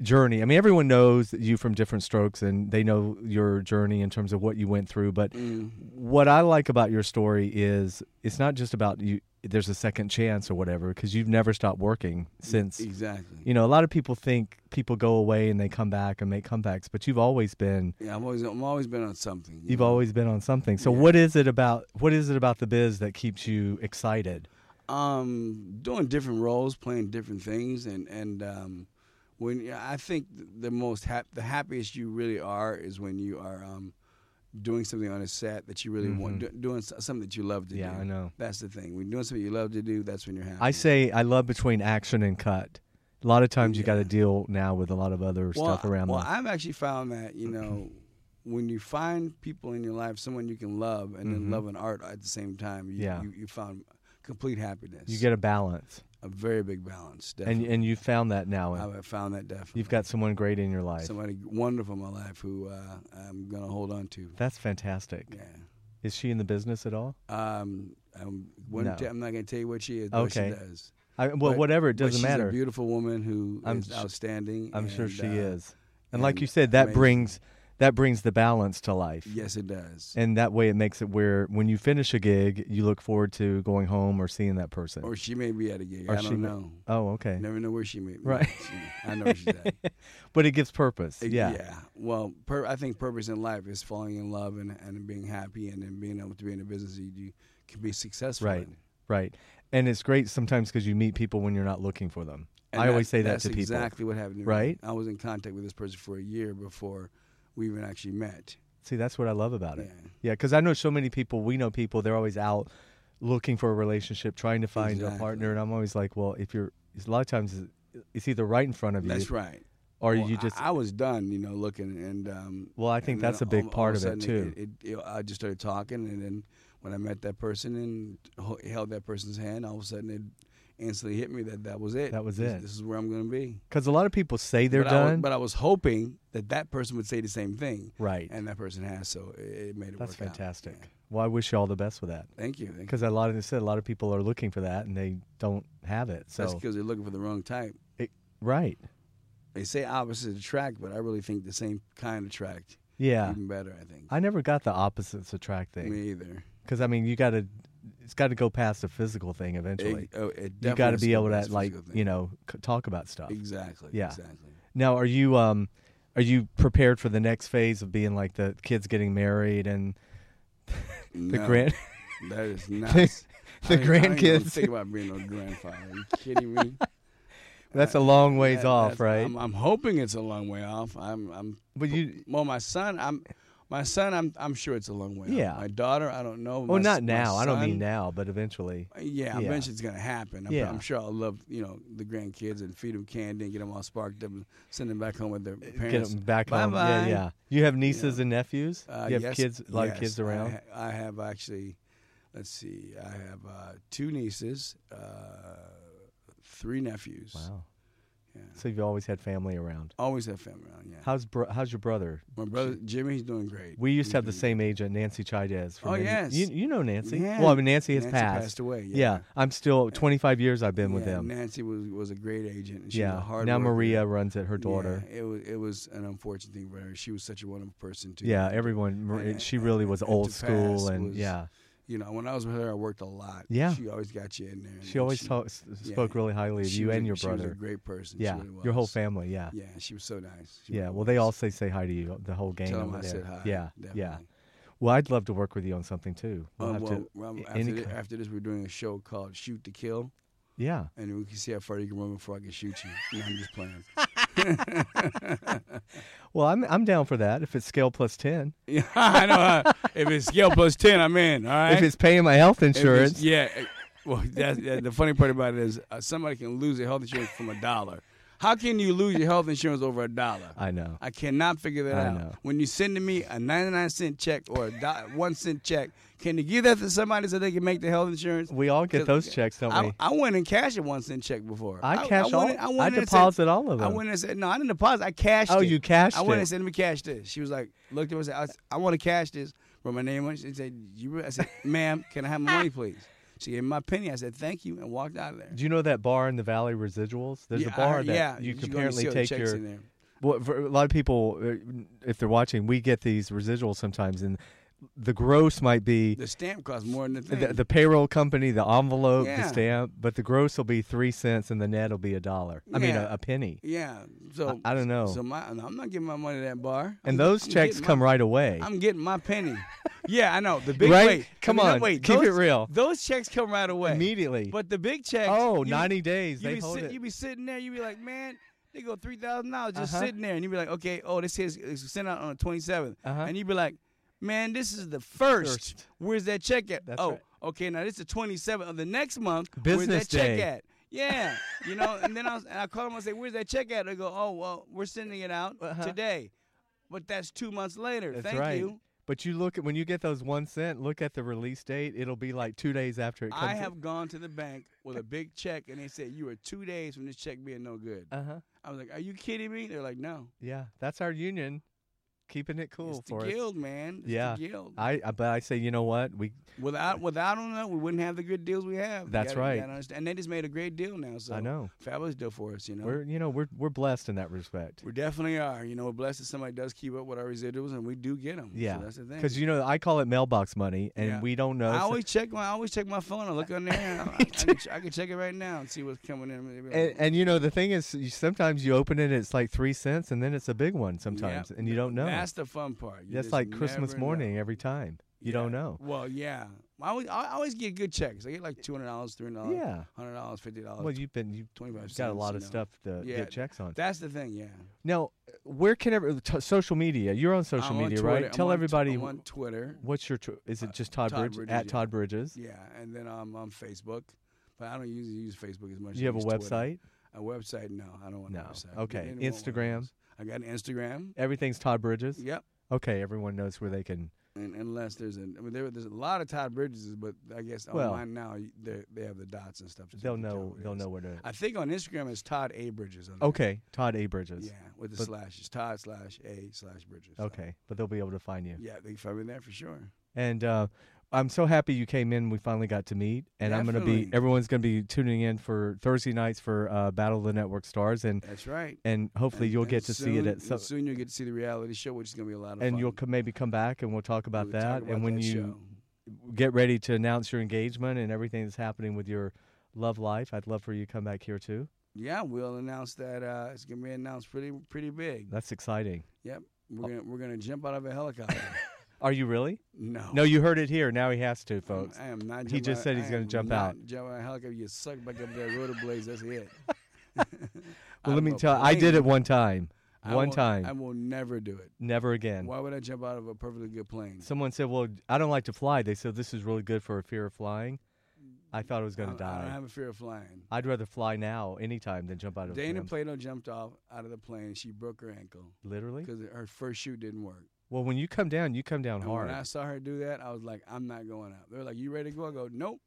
Speaker 1: journey. I mean, everyone knows you from different strokes and they know your journey in terms of what you went through, but
Speaker 2: Mm.
Speaker 1: what I like about your story is it's not just about you there's a second chance or whatever because you've never stopped working since
Speaker 2: Exactly.
Speaker 1: you know, a lot of people think people go away and they come back and make comebacks, but you've always been
Speaker 2: Yeah, I've always I'm always been on something. you
Speaker 1: you've
Speaker 2: know?
Speaker 1: always been on something. So what is it about what is it about the biz that keeps you excited?
Speaker 2: um, doing different roles, playing different things, and and um, when yeah, I think the most hap- the happiest you really are is when you are um, doing something on a set that you really want, do- doing s- something that you love to
Speaker 1: Mm-hmm. Yeah,
Speaker 2: do.
Speaker 1: I know.
Speaker 2: That's the thing. When you're doing something you love to do, that's when you're happy.
Speaker 1: I say I love between action and cut. A lot of times you got to deal now with a lot of other stuff around
Speaker 2: Well,
Speaker 1: that.
Speaker 2: I've actually found that you know, when you find people in your life, someone you can love, and then love an art at the same time, you,
Speaker 1: Mm-hmm. Yeah.
Speaker 2: you, you found complete happiness.
Speaker 1: you get a balance,
Speaker 2: a very big balance.
Speaker 1: and
Speaker 2: Definitely.
Speaker 1: and you found that now. and
Speaker 2: I've found that definitely.
Speaker 1: You've got someone great in your life.
Speaker 2: somebody wonderful in my life who uh, I'm gonna hold on to.
Speaker 1: That's fantastic.
Speaker 2: Yeah.
Speaker 1: Is she in the business at all?
Speaker 2: Um, I'm, wouldn't
Speaker 1: No.
Speaker 2: te- I'm not gonna tell you what she is, but
Speaker 1: Okay.
Speaker 2: she does.
Speaker 1: I, well,
Speaker 2: But-
Speaker 1: whatever. It
Speaker 2: but
Speaker 1: doesn't
Speaker 2: she's
Speaker 1: matter.
Speaker 2: A beautiful woman who
Speaker 1: I'm
Speaker 2: is
Speaker 1: su-
Speaker 2: outstanding.
Speaker 1: I'm sure
Speaker 2: and,
Speaker 1: she
Speaker 2: uh,
Speaker 1: is. And like
Speaker 2: and
Speaker 1: you said, that
Speaker 2: amazing.
Speaker 1: brings that brings the balance to life.
Speaker 2: Yes, it does.
Speaker 1: And that way, it makes it where when you finish a gig, you look forward to going home or seeing that person.
Speaker 2: or she may be at a gig.
Speaker 1: Or
Speaker 2: I
Speaker 1: she
Speaker 2: don't
Speaker 1: may-
Speaker 2: know.
Speaker 1: oh, okay.
Speaker 2: Never know where she may be.
Speaker 1: Right.
Speaker 2: She- I know where she's at.
Speaker 1: But it gives purpose. Yeah.
Speaker 2: Yeah. Well, per, I think purpose in life is falling in love and, and being happy and then being able to be in a business that you can be successful.
Speaker 1: Right.
Speaker 2: in.
Speaker 1: Right. And it's great sometimes because you meet people when you're not looking for them.
Speaker 2: And
Speaker 1: I always
Speaker 2: that's-
Speaker 1: say that
Speaker 2: that's
Speaker 1: to people.
Speaker 2: Exactly what happened. To me.
Speaker 1: Right?
Speaker 2: I was in contact with this person for a year before we even actually met.
Speaker 1: See, that's what I love about it.
Speaker 2: Yeah.
Speaker 1: Yeah, because I know so many people. We know people. They're always out looking for a relationship, trying to find a
Speaker 2: Exactly.
Speaker 1: partner. And I'm always like, well, if you're, a lot of times it's- it's either right in front of you,
Speaker 2: That's right.
Speaker 1: or
Speaker 2: Well,
Speaker 1: you just.
Speaker 2: I, I was done, you know, looking and. Um,
Speaker 1: well, I think
Speaker 2: and then
Speaker 1: that's a big
Speaker 2: all- all
Speaker 1: part
Speaker 2: a
Speaker 1: of it
Speaker 2: sudden
Speaker 1: too.
Speaker 2: It, it, it- I just started talking, and then when I met that person and ho- held that person's hand, all of a sudden it instantly hit me that that was it.
Speaker 1: That was
Speaker 2: This-
Speaker 1: it.
Speaker 2: This is where I'm going to be.
Speaker 1: Because a lot of people say they're
Speaker 2: but I,
Speaker 1: done.
Speaker 2: was- but I was hoping that that person would say the same thing.
Speaker 1: Right.
Speaker 2: And that person has, so it, it made it
Speaker 1: that's
Speaker 2: work out.
Speaker 1: fantastic.
Speaker 2: Yeah.
Speaker 1: Well, I wish you all the best with that.
Speaker 2: Thank you. Thank you.
Speaker 1: Because a lot of said a lot of people are looking for that and they don't have it.
Speaker 2: That's
Speaker 1: So
Speaker 2: because they're looking for the wrong type.
Speaker 1: it, right.
Speaker 2: They say opposites attract, but I really think the same kind attract.
Speaker 1: Yeah.
Speaker 2: Even better, I think.
Speaker 1: I never got the opposites attract thing.
Speaker 2: Me either.
Speaker 1: because I mean, you got to, it's got to go past the physical thing eventually.
Speaker 2: It, oh, it
Speaker 1: you got to be able to
Speaker 2: that's
Speaker 1: like,
Speaker 2: physical thing.
Speaker 1: you know, c- talk about stuff.
Speaker 2: Exactly.
Speaker 1: Yeah.
Speaker 2: Exactly.
Speaker 1: Now, are you, um, are you prepared for the next phase of being like the kids getting married and the
Speaker 2: No,
Speaker 1: grand?
Speaker 2: That is nuts.
Speaker 1: the
Speaker 2: I ain't- I ain't even
Speaker 1: grandkids.
Speaker 2: Think about being a grandfather. Are you kidding me?
Speaker 1: that's a long ways
Speaker 2: That-
Speaker 1: off,
Speaker 2: that's-
Speaker 1: right?
Speaker 2: I'm, I'm hoping it's a long way off. I'm. I'm.
Speaker 1: but you,
Speaker 2: Well, my son. I'm. My son. I'm. I'm sure it's a long way.
Speaker 1: Yeah.
Speaker 2: Off. My daughter. I don't know.
Speaker 1: well,
Speaker 2: My s-
Speaker 1: not
Speaker 2: my
Speaker 1: now. I don't mean
Speaker 2: son,
Speaker 1: now, but eventually. Yeah.
Speaker 2: Yeah, eventually it's gonna happen. I'm,
Speaker 1: Yeah.
Speaker 2: I'm sure I'll love you know the grandkids and feed them candy and get them all sparked up and send them back home with their
Speaker 1: Uh, Get
Speaker 2: parents.
Speaker 1: them back home. Yeah,
Speaker 2: Bye-bye.
Speaker 1: yeah. You have nieces and nephews.
Speaker 2: Uh,
Speaker 1: you have
Speaker 2: yes,
Speaker 1: kids, a lot of
Speaker 2: yes,
Speaker 1: kids around.
Speaker 2: I, ha- I have actually, let's see, I have uh, two nieces, uh, three nephews.
Speaker 1: wow.
Speaker 2: Yeah.
Speaker 1: So you've always had family around.
Speaker 2: Always have family around. Yeah.
Speaker 1: How's bro- how's your brother?
Speaker 2: My brother Jimmy's doing great.
Speaker 1: We used to have the
Speaker 2: He's
Speaker 1: same agent, Nancy Chaidez.
Speaker 2: Mm-hmm. Oh,
Speaker 1: many-
Speaker 2: yes.
Speaker 1: you, you know Nancy.
Speaker 2: Yeah.
Speaker 1: Well, I mean Nancy has
Speaker 2: Nancy
Speaker 1: passed.
Speaker 2: passed away, yeah.
Speaker 1: I'm still 25 years I've been
Speaker 2: doing-
Speaker 1: with
Speaker 2: yeah,
Speaker 1: them.
Speaker 2: Nancy was was a great agent. And she was
Speaker 1: yeah.
Speaker 2: a hard
Speaker 1: now
Speaker 2: worker.
Speaker 1: Maria runs it, her
Speaker 2: Yeah,
Speaker 1: daughter.
Speaker 2: it was it was an unfortunate thing for her. She was such a wonderful person too.
Speaker 1: Yeah, everyone. Mar-
Speaker 2: and-
Speaker 1: she really was
Speaker 2: and
Speaker 1: old
Speaker 2: to
Speaker 1: school,
Speaker 2: pass
Speaker 1: and
Speaker 2: was-
Speaker 1: yeah,
Speaker 2: You know, when I was with her, I worked a lot.
Speaker 1: Yeah.
Speaker 2: She always got you in there. and
Speaker 1: she always
Speaker 2: she-
Speaker 1: talk, s-
Speaker 2: yeah,
Speaker 1: spoke really highly of
Speaker 2: she
Speaker 1: you
Speaker 2: was
Speaker 1: and
Speaker 2: a,
Speaker 1: your
Speaker 2: she was
Speaker 1: brother.
Speaker 2: a great person. She
Speaker 1: yeah,
Speaker 2: really
Speaker 1: your whole
Speaker 2: was.
Speaker 1: family. Yeah. yeah,
Speaker 2: Yeah, she was so nice. She really
Speaker 1: Well, they
Speaker 2: was.
Speaker 1: all say say hi to you, the whole gang
Speaker 2: Tell 'em
Speaker 1: over
Speaker 2: I
Speaker 1: there.
Speaker 2: said hi,
Speaker 1: Yeah, yeah.
Speaker 2: definitely.
Speaker 1: Well, I'd love to work with you on something too. We'll
Speaker 2: Uh,
Speaker 1: have
Speaker 2: well,
Speaker 1: to,
Speaker 2: well,
Speaker 1: a-
Speaker 2: after,
Speaker 1: any
Speaker 2: thi-
Speaker 1: kind-
Speaker 2: after this, we're doing a show called Shoot to Kill,
Speaker 1: yeah.
Speaker 2: and we can see how far you can run before I can shoot you. No, I'm just playing.
Speaker 1: Well, I'm I'm down for that if it's scale plus ten.
Speaker 2: Yeah, I know. uh, if it's scale plus ten, I'm in. All right.
Speaker 1: If it's paying my health
Speaker 2: If it's-
Speaker 1: insurance,
Speaker 2: yeah. uh, Well, that's, that, the funny part about it is uh, somebody can lose their health insurance from a dollar. How can you lose your health insurance over a dollar?
Speaker 1: I know.
Speaker 2: I cannot figure that
Speaker 1: I
Speaker 2: out.
Speaker 1: know.
Speaker 2: When you sending me a 99 cent check or a do- one cent check, can you give that to somebody so they can make the health insurance?
Speaker 1: We all get
Speaker 2: 'Cause
Speaker 1: those checks, don't
Speaker 2: I,
Speaker 1: we?
Speaker 2: I went and cashed a one cent check before.
Speaker 1: I cash all-
Speaker 2: in-
Speaker 1: I
Speaker 2: went in and said-
Speaker 1: deposit all of
Speaker 2: I
Speaker 1: them.
Speaker 2: went in and said, no, I didn't deposit. I cashed
Speaker 1: Oh,
Speaker 2: it.
Speaker 1: you cashed
Speaker 2: I
Speaker 1: it.
Speaker 2: went and said, let me cash this. She was like, looked at me and said, I, s- I want to cash this. Wrote my name on it. She said, you, re-" I said, ma'am, can I have my money, please? She gave me my penny. I said, thank you, and walked out of there.
Speaker 1: Do you know that bar in the Valley Residuals? There's
Speaker 2: Yeah,
Speaker 1: a
Speaker 2: I
Speaker 1: bar
Speaker 2: heard-
Speaker 1: that
Speaker 2: yeah,
Speaker 1: you
Speaker 2: you
Speaker 1: can
Speaker 2: go and
Speaker 1: apparently
Speaker 2: see all the
Speaker 1: take
Speaker 2: checks
Speaker 1: your.
Speaker 2: in there.
Speaker 1: Well, for a lot of people, uh, if they're watching, we get these residuals sometimes, and the gross might be
Speaker 2: The stamp costs more than the thing.
Speaker 1: the, the payroll company, the envelope, the
Speaker 2: Yeah.
Speaker 1: stamp, but the gross will be three cents, and the net will be a dollar. I mean, a,
Speaker 2: Yeah.
Speaker 1: a penny.
Speaker 2: yeah. So
Speaker 1: I- I don't know.
Speaker 2: So my, no, I'm not giving my money to that bar.
Speaker 1: And
Speaker 2: I'm-
Speaker 1: those
Speaker 2: I'm
Speaker 1: checks
Speaker 2: getting
Speaker 1: come
Speaker 2: my-
Speaker 1: right away.
Speaker 2: I'm getting my penny. yeah, I know the big
Speaker 1: Right?
Speaker 2: wait.
Speaker 1: Come
Speaker 2: I mean,
Speaker 1: on,
Speaker 2: wait.
Speaker 1: keep it
Speaker 2: those-
Speaker 1: real.
Speaker 2: Those checks come right away
Speaker 1: Immediately.
Speaker 2: But the big checks.
Speaker 1: oh,
Speaker 2: you be-
Speaker 1: 90 days.
Speaker 2: You
Speaker 1: They
Speaker 2: be,
Speaker 1: hold
Speaker 2: sit-
Speaker 1: it.
Speaker 2: you be sitting there. You be like, man. They go three thousand dollars just
Speaker 1: Uh-huh.
Speaker 2: sitting there, and you be like, "Okay, oh, this is it's sent out on the twenty seventh,
Speaker 1: Uh-huh.
Speaker 2: and you be like, "Man, this is the first.
Speaker 1: First.
Speaker 2: Where's that check at?
Speaker 1: That's
Speaker 2: oh,
Speaker 1: right.
Speaker 2: okay, now this is the twenty seventh of the next month.
Speaker 1: Business
Speaker 2: Where's that
Speaker 1: day.
Speaker 2: check at? Yeah, you know. And then I was, and I call them and say, "Where's that check at?" They go, "Oh, well, we're sending it out today." But that's two months later.
Speaker 1: Uh-huh. That's
Speaker 2: Thank
Speaker 1: right.
Speaker 2: you.
Speaker 1: But you look at when you get those one cent. Look at the release date. It'll be like two days after it comes.
Speaker 2: I have gone to the bank with a big check and they said, You are two days from this check being no good.
Speaker 1: Uh huh.
Speaker 2: I was like, Are you kidding me? They're like, No.
Speaker 1: Yeah, that's our union, keeping it cool
Speaker 2: it's the
Speaker 1: for us.
Speaker 2: guild, man. It's
Speaker 1: yeah,
Speaker 2: The guild.
Speaker 1: I, I but I say you know what we
Speaker 2: Without without them, though, we wouldn't have the good deals we have. You
Speaker 1: That's
Speaker 2: gotta- you
Speaker 1: right.
Speaker 2: gotta understand. And they just made a great deal now. So
Speaker 1: I know.
Speaker 2: Fabulous deal for us, you know.
Speaker 1: we're you know we're we're blessed in that respect.
Speaker 2: we definitely are. You know, we're blessed that somebody does keep up with our residuals and we do get them.
Speaker 1: Yeah,
Speaker 2: So that's the thing.
Speaker 1: because you know I call it mailbox money, and
Speaker 2: Yeah.
Speaker 1: we don't know.
Speaker 2: I
Speaker 1: so-
Speaker 2: always check my I always check my phone. I look on there. And I, I, I, can, I can check it right now and see what's coming in. Maybe like,
Speaker 1: and, and you know the thing is, you, sometimes you open it, it's like three cents, and then it's a big one sometimes,
Speaker 2: Yep.
Speaker 1: and you don't know.
Speaker 2: That's the fun part. You
Speaker 1: That's
Speaker 2: just
Speaker 1: like Christmas
Speaker 2: never know.
Speaker 1: morning every time. You don't
Speaker 2: Yeah.
Speaker 1: know.
Speaker 2: Well, yeah. I always, I always get good checks. I get like two hundred dollars, three hundred dollars,
Speaker 1: Yeah.
Speaker 2: hundred dollars, fifty dollars.
Speaker 1: Well, you've been you
Speaker 2: $0.25
Speaker 1: got a lot of
Speaker 2: cents, you know.
Speaker 1: stuff to
Speaker 2: Yeah,
Speaker 1: get checks on.
Speaker 2: That's the thing. Yeah.
Speaker 1: now, where can every, t- social media? You're on social
Speaker 2: I'm on
Speaker 1: media,
Speaker 2: Twitter.
Speaker 1: right?
Speaker 2: I'm
Speaker 1: Tell
Speaker 2: on tw-
Speaker 1: everybody
Speaker 2: I'm on Twitter.
Speaker 1: what's your. Tw- is it just Todd,
Speaker 2: Todd
Speaker 1: Bridges,
Speaker 2: Bridges,
Speaker 1: at
Speaker 2: yeah.
Speaker 1: Todd Bridges?
Speaker 2: Yeah, and then I'm on Facebook, but I don't usually use Facebook as much.
Speaker 1: Do you have
Speaker 2: as
Speaker 1: a
Speaker 2: I use
Speaker 1: website?
Speaker 2: Twitter. A website? No, I don't want
Speaker 1: No.
Speaker 2: a website.
Speaker 1: Okay.
Speaker 2: Anyone want one of
Speaker 1: Instagram?
Speaker 2: those. I got an Instagram.
Speaker 1: Everything's Todd Bridges.
Speaker 2: Yep.
Speaker 1: Okay, everyone knows where they can.
Speaker 2: And unless there's an, I mean, there, there's a lot of Todd Bridges, but I guess
Speaker 1: Well-
Speaker 2: on mine now they they have the dots and stuff. so you
Speaker 1: They'll
Speaker 2: can tell
Speaker 1: know.
Speaker 2: who it
Speaker 1: They'll
Speaker 2: is.
Speaker 1: know where to.
Speaker 2: I think on Instagram it's Todd A Bridges. On there.
Speaker 1: Okay, Todd A. Bridges.
Speaker 2: Yeah, with the
Speaker 1: But-
Speaker 2: slashes. Todd slash A slash Bridges. So,
Speaker 1: Okay, but they'll be able to find you.
Speaker 2: Yeah, they find me there for sure.
Speaker 1: And uh, I'm so happy you came in. We finally got to meet, and I'm gonna be.
Speaker 2: Definitely.
Speaker 1: Everyone's gonna be tuning in for Thursday nights for uh, Battle of the Network Stars, and
Speaker 2: That's right.
Speaker 1: and hopefully
Speaker 2: And-
Speaker 1: you'll
Speaker 2: and
Speaker 1: get to see it
Speaker 2: soon-
Speaker 1: at some.
Speaker 2: and soon. You'll get to see the reality show, which is going to be a lot of fun.
Speaker 1: And you'll co- maybe come back, and we'll talk about
Speaker 2: We'll talk
Speaker 1: that.
Speaker 2: about
Speaker 1: and when
Speaker 2: that
Speaker 1: you
Speaker 2: show.
Speaker 1: get ready to announce your engagement and everything that's happening with your love life, I'd love for you to come back here too.
Speaker 2: yeah, we'll announce that uh, it's going to be announced pretty pretty big.
Speaker 1: That's exciting.
Speaker 2: Yep, we're gonna we're gonna jump out of a helicopter.
Speaker 1: Are you really?
Speaker 2: no,
Speaker 1: No, you heard it here. Now he has to, folks.
Speaker 2: I am
Speaker 1: He
Speaker 2: not. jumping
Speaker 1: just
Speaker 2: out-
Speaker 1: said he's
Speaker 2: I
Speaker 1: gonna
Speaker 2: am
Speaker 1: jump
Speaker 2: not
Speaker 1: out.
Speaker 2: Jump out of a helicopter, you suck back up that rollerblades. That's it.
Speaker 1: Well,
Speaker 2: Out
Speaker 1: let
Speaker 2: of
Speaker 1: me
Speaker 2: a
Speaker 1: tell. I did it
Speaker 2: plane.
Speaker 1: one time.
Speaker 2: I
Speaker 1: One
Speaker 2: will-
Speaker 1: time.
Speaker 2: I will never do it.
Speaker 1: Never again.
Speaker 2: Why would I jump out of a perfectly good plane?
Speaker 1: Someone said, "Well, I don't like to fly." They said this is really good for a fear of flying. I thought I was going
Speaker 2: I,
Speaker 1: to
Speaker 2: I don't
Speaker 1: die.
Speaker 2: have a fear of flying.
Speaker 1: I'd rather fly now, anytime, than jump out of a
Speaker 2: Dana
Speaker 1: plane.
Speaker 2: Plato jumped off out of the plane. She broke her ankle
Speaker 1: Literally.
Speaker 2: because her first shoe didn't work.
Speaker 1: Well, when you come down, you come down
Speaker 2: And
Speaker 1: hard.
Speaker 2: when I saw her do that, I was like, I'm not going out. They were like, You ready to go? I go, Nope.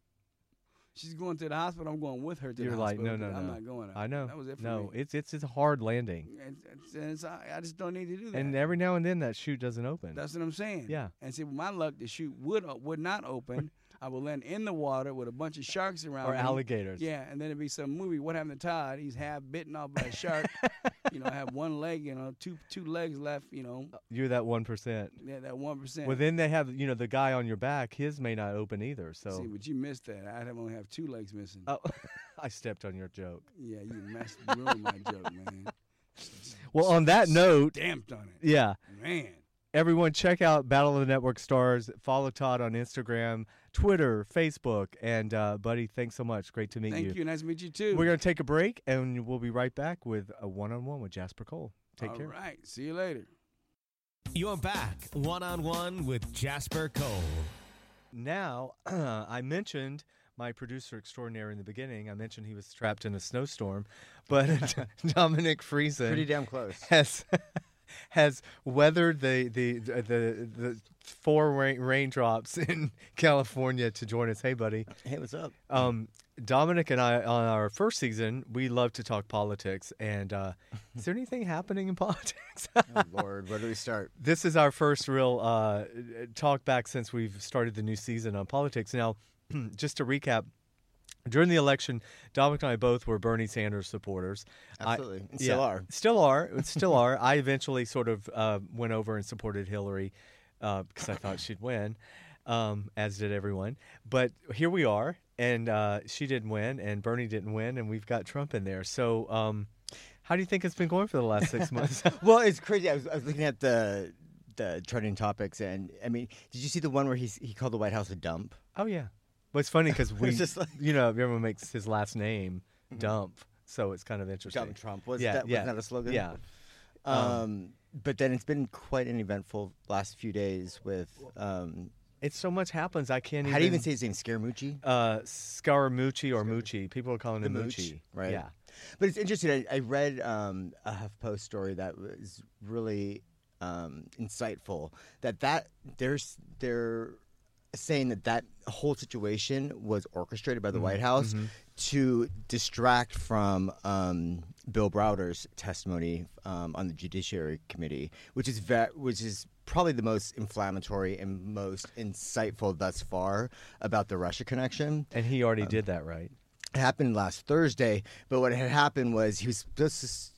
Speaker 2: She's going to the hospital. I'm going with her to
Speaker 1: You're
Speaker 2: the
Speaker 1: like,
Speaker 2: hospital.
Speaker 1: "No, no,
Speaker 2: 'cause I'm
Speaker 1: no."
Speaker 2: not going out.
Speaker 1: I know.
Speaker 2: That was it for
Speaker 1: no,
Speaker 2: me.
Speaker 1: it's it's it's a hard landing,
Speaker 2: It's, it's, and it's, I I just don't need to do that.
Speaker 1: and every now and then that chute doesn't open.
Speaker 2: That's what I'm saying.
Speaker 1: Yeah.
Speaker 2: And see, with my luck, the chute would uh, would not open. I would land in the water with a bunch of sharks around
Speaker 1: or
Speaker 2: me.
Speaker 1: alligators.
Speaker 2: Yeah, and then it'd be some movie. What happened to Todd? He's half bitten off by a shark. you know, have one leg. You know, two two legs left. You know,
Speaker 1: You're that one percent.
Speaker 2: that that one percent.
Speaker 1: Well, then they have you know the guy on your back. His may not open either. So
Speaker 2: See, but you missed that. I'd have only have two legs missing.
Speaker 1: Oh, I stepped on your joke.
Speaker 2: yeah, you messed ruined my joke, man.
Speaker 1: Well, on that note,
Speaker 2: Damped on it,
Speaker 1: yeah.
Speaker 2: man.
Speaker 1: Everyone, check out Battle of the Network Stars. Follow Todd on Instagram, Twitter, Facebook, and uh, buddy, thanks so much. Great to meet
Speaker 2: Thank you. Nice to meet you too.
Speaker 1: We're gonna take a break, and we'll be right back with a one-on-one with Jasper Cole. Take
Speaker 2: All
Speaker 1: care.
Speaker 2: right. See you later.
Speaker 3: You're back one on one with Jasper Cole.
Speaker 1: Now, I mentioned my producer extraordinaire in the beginning, I mentioned he was trapped in a snowstorm, but Dominic Friesen
Speaker 4: Pretty damn close.
Speaker 1: has has weathered the the the the four rain, raindrops in California to join us. Hey, buddy.
Speaker 4: Hey, what's up?
Speaker 1: Um, Dominic and I on our first season, we love to talk politics. And uh, is there anything happening in politics?
Speaker 4: Oh, Lord, where do we start?
Speaker 1: this is our first real uh, talk back since we've started the new season on politics. Now, just to recap. During the election, Dominic and I both were Bernie Sanders supporters. I-
Speaker 4: Absolutely. And still are.
Speaker 1: Still are. Still are. I eventually sort of uh, went over and supported Hillary because I thought she'd win, um, as did everyone. But here we are, and uh, she didn't win, and Bernie didn't win, and we've got Trump in there. So, um, how do you think it's been going for the last six months?
Speaker 4: Well, it's crazy. I was, I was looking at the the trending topics, and I mean, did you see the one where he he called the White House a dump?
Speaker 1: Oh yeah. Well, it's funny because we,
Speaker 4: just like-
Speaker 1: you know, everyone makes his last name Dump, so it's kind of interesting.
Speaker 4: Dump Trump was
Speaker 1: yeah,
Speaker 4: that
Speaker 1: yeah,
Speaker 4: wasn't that a slogan?
Speaker 1: Yeah.
Speaker 4: Um, but then it's been quite an eventful last few days with um,
Speaker 1: It's so much happens. I can't.
Speaker 4: how do you even say his name? Scaramucci.
Speaker 1: uh, Scaramucci or Mucci? People are calling him
Speaker 4: Mooch,
Speaker 1: Mucci.
Speaker 4: right?
Speaker 1: Yeah.
Speaker 4: But it's interesting. I, I read um, a HuffPost story that was really um, insightful. That that there's they're saying that that whole situation was orchestrated by the White House to distract from um, Bill Browder's testimony um, on the Judiciary Committee, which is ve- which is probably the most inflammatory and most insightful thus far about the Russia connection
Speaker 1: And he
Speaker 4: Um,
Speaker 1: already did that, right?
Speaker 4: it happened last Thursday, but what had happened was he was supposed to s-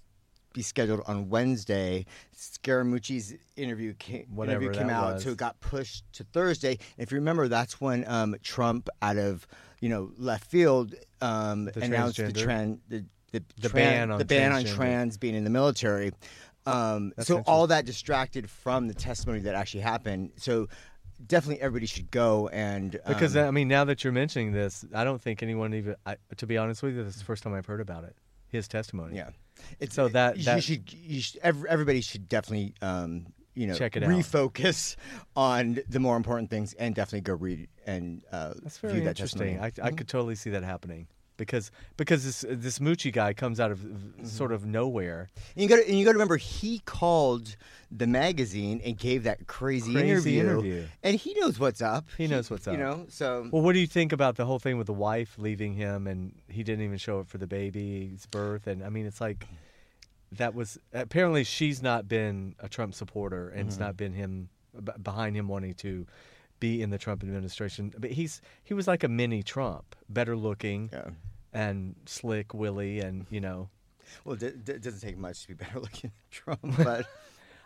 Speaker 4: be scheduled on Wednesday. Scaramucci's interview came,
Speaker 1: Whatever
Speaker 4: interview came
Speaker 1: that
Speaker 4: out,
Speaker 1: was.
Speaker 4: so it got pushed to Thursday. If you remember, that's when um, Trump, out of you know left field, um,
Speaker 1: The
Speaker 4: announced the
Speaker 1: transgender?
Speaker 4: trend. The, the,
Speaker 1: The
Speaker 4: tran-
Speaker 1: ban on
Speaker 4: the ban on
Speaker 1: transgender.
Speaker 4: trans being in the military. Um, so all that distracted from the testimony that actually happened. So definitely everybody should go and
Speaker 1: Because
Speaker 4: um,
Speaker 1: I mean, now that you're mentioning this, I don't think anyone even. I, to be honest with you, this is the first time I've heard about it. His testimony.
Speaker 4: Yeah. It's,
Speaker 1: So that-
Speaker 4: you
Speaker 1: that-
Speaker 4: should, you should ev- everybody should definitely um, you know
Speaker 1: Check it out.
Speaker 4: refocus on the more important things and definitely go read and uh,
Speaker 1: That's
Speaker 4: view
Speaker 1: very
Speaker 4: that
Speaker 1: interesting. I,
Speaker 4: testimony. Mm-hmm.
Speaker 1: I could totally see that happening because because this this Mucci guy comes out of
Speaker 4: Mm-hmm.
Speaker 1: v- sort of nowhere.
Speaker 4: And you got and you got to remember he called the magazine and gave that crazy,
Speaker 1: Crazy
Speaker 4: interview,
Speaker 1: interview.
Speaker 4: and he knows what's up.
Speaker 1: He knows what's
Speaker 4: you
Speaker 1: up.
Speaker 4: You know, so
Speaker 1: Well, what do you think about the whole thing with the wife leaving him and he didn't even show up for the baby's birth? And I mean, it's like that was apparently she's not been a Trump supporter and it's not been him b- behind him wanting to be in the Trump administration. But he's he was like a mini Trump, better looking
Speaker 4: Yeah.
Speaker 1: and slick Willie, and you know.
Speaker 4: well, it, d- it doesn't take much to be better looking than Trump, but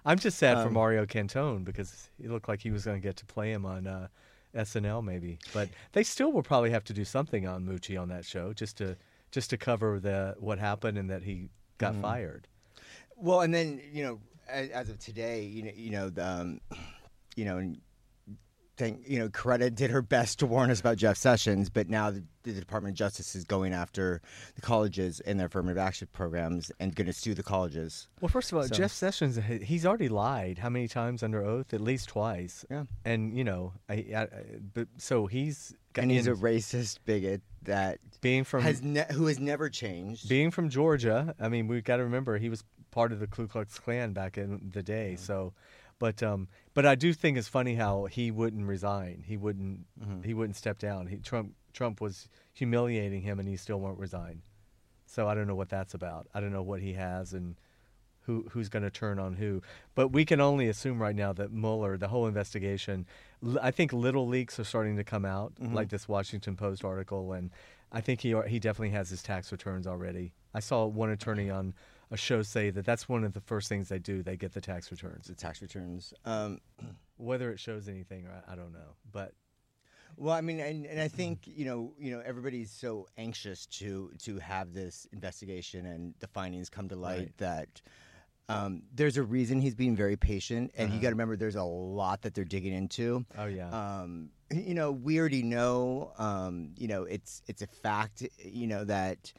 Speaker 1: I'm just sad for Mario Cantone because he looked like he was going to get to play him on uh, SNL maybe, but they still will probably have to do something on Mucci on that show just to just to cover the what happened and that he got fired.
Speaker 4: Well, and then you know, as, as of today, you know, you know, the, um, you know, and thank you know, Coretta did her best to warn us about Jeff Sessions, but now the, the Department of Justice is going after the colleges and their affirmative action programs and going to sue the colleges.
Speaker 1: Well, first of all, Jeff Sessions he- he's already lied how many times under oath? At least twice.
Speaker 4: Yeah.
Speaker 1: and you know, I, I, I but so he's got
Speaker 4: And he's a
Speaker 1: in-
Speaker 4: racist bigot that
Speaker 1: being from
Speaker 4: has ne- who has never changed.
Speaker 1: being from Georgia, I mean, we've got to remember he was part of the Ku Klux Klan back in the day. So, but um, but I do think it's funny how he wouldn't resign. He wouldn't. He wouldn't step down. He, Trump Trump was humiliating him, and he still won't resign. So I don't know what that's about. I don't know what he has and who who's going to turn on who. But we can only assume right now that Mueller, the whole investigation, l- I think little leaks are starting to come out,
Speaker 4: Mm-hmm.
Speaker 1: like this Washington Post article, and I think he al- he definitely has his tax returns already. I saw one attorney on a show say that that's one of the first things they do. They get the tax returns.
Speaker 4: the tax returns. Um,
Speaker 1: Whether it shows anything, or I, I don't know. But
Speaker 4: Well, I mean, and, and I think you know, you know, everybody's so anxious to to have this investigation and the findings come to light that um, there's a reason he's being very patient, and you got to remember there's a lot that they're digging into.
Speaker 1: oh Uh-huh. yeah,
Speaker 4: Um, you know, we already know. Um, you know, it's it's a fact. You know that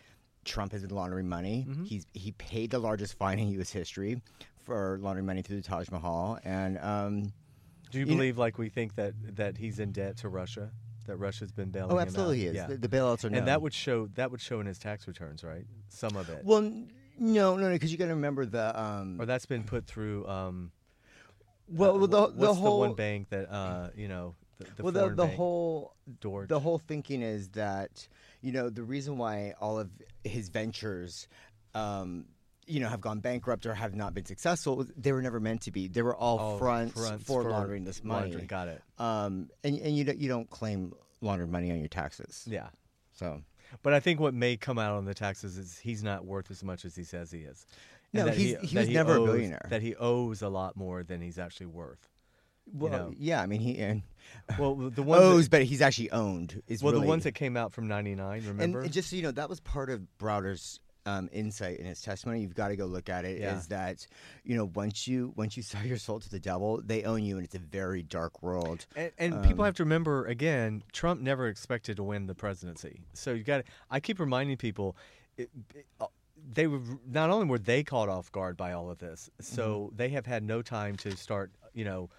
Speaker 4: Trump has been laundering money.
Speaker 1: Mm-hmm.
Speaker 4: He's he paid the largest fine in U.S. history for laundering money through the Taj Mahal, and um,
Speaker 1: do you,
Speaker 4: you know-
Speaker 1: believe like we think that that he's in debt to Russia? that Russia's been bailing.
Speaker 4: Oh,
Speaker 1: him out.
Speaker 4: absolutely he is.
Speaker 1: Yeah.
Speaker 4: The, the bailouts are known.
Speaker 1: and that would show that would show in his tax returns, right? Some of it,
Speaker 4: Well, n- no, no, no, because you got to remember the um.
Speaker 1: or that's been put through. Um,
Speaker 4: well,
Speaker 1: uh,
Speaker 4: well, the
Speaker 1: wh-
Speaker 4: the
Speaker 1: what's
Speaker 4: whole
Speaker 1: one bank that uh, you know the, the
Speaker 4: well the,
Speaker 1: foreign
Speaker 4: the
Speaker 1: bank,
Speaker 4: whole
Speaker 1: Dorch.
Speaker 4: the whole thinking is that you know the reason why all of his ventures um you know have gone bankrupt or have not been successful was they were never meant to be they were all
Speaker 1: Oh,
Speaker 4: fronts,
Speaker 1: fronts
Speaker 4: for,
Speaker 1: for
Speaker 4: laundering this money
Speaker 1: laundering. Got it.
Speaker 4: um and and you don't you don't claim laundered money on your taxes
Speaker 1: yeah.
Speaker 4: so
Speaker 1: But I think what may come out on the taxes is he's not worth as much as he says he is.
Speaker 4: No,
Speaker 1: that
Speaker 4: he's- he
Speaker 1: that
Speaker 4: was never a
Speaker 1: owes-
Speaker 4: billionaire.
Speaker 1: That he owes a lot more than he's actually worth.
Speaker 4: well
Speaker 1: know.
Speaker 4: yeah i mean he and
Speaker 1: Well, the ones
Speaker 4: owes
Speaker 1: that,
Speaker 4: but he's actually owned is
Speaker 1: well the
Speaker 4: really-
Speaker 1: ones that came out from '99. Remember?
Speaker 4: And just so you know, that was part of Browder's um, insight in his testimony. You've got to go look at it. Is
Speaker 1: Yeah.
Speaker 4: that you know once you once you sell your soul to the devil, they own you, and it's a very dark world.
Speaker 1: And, and people have to remember again, Trump never expected to win the presidency. So you got. to I keep reminding people, it, it- uh, they were not only were they caught off guard by all of this, so they have had no time to start, you know,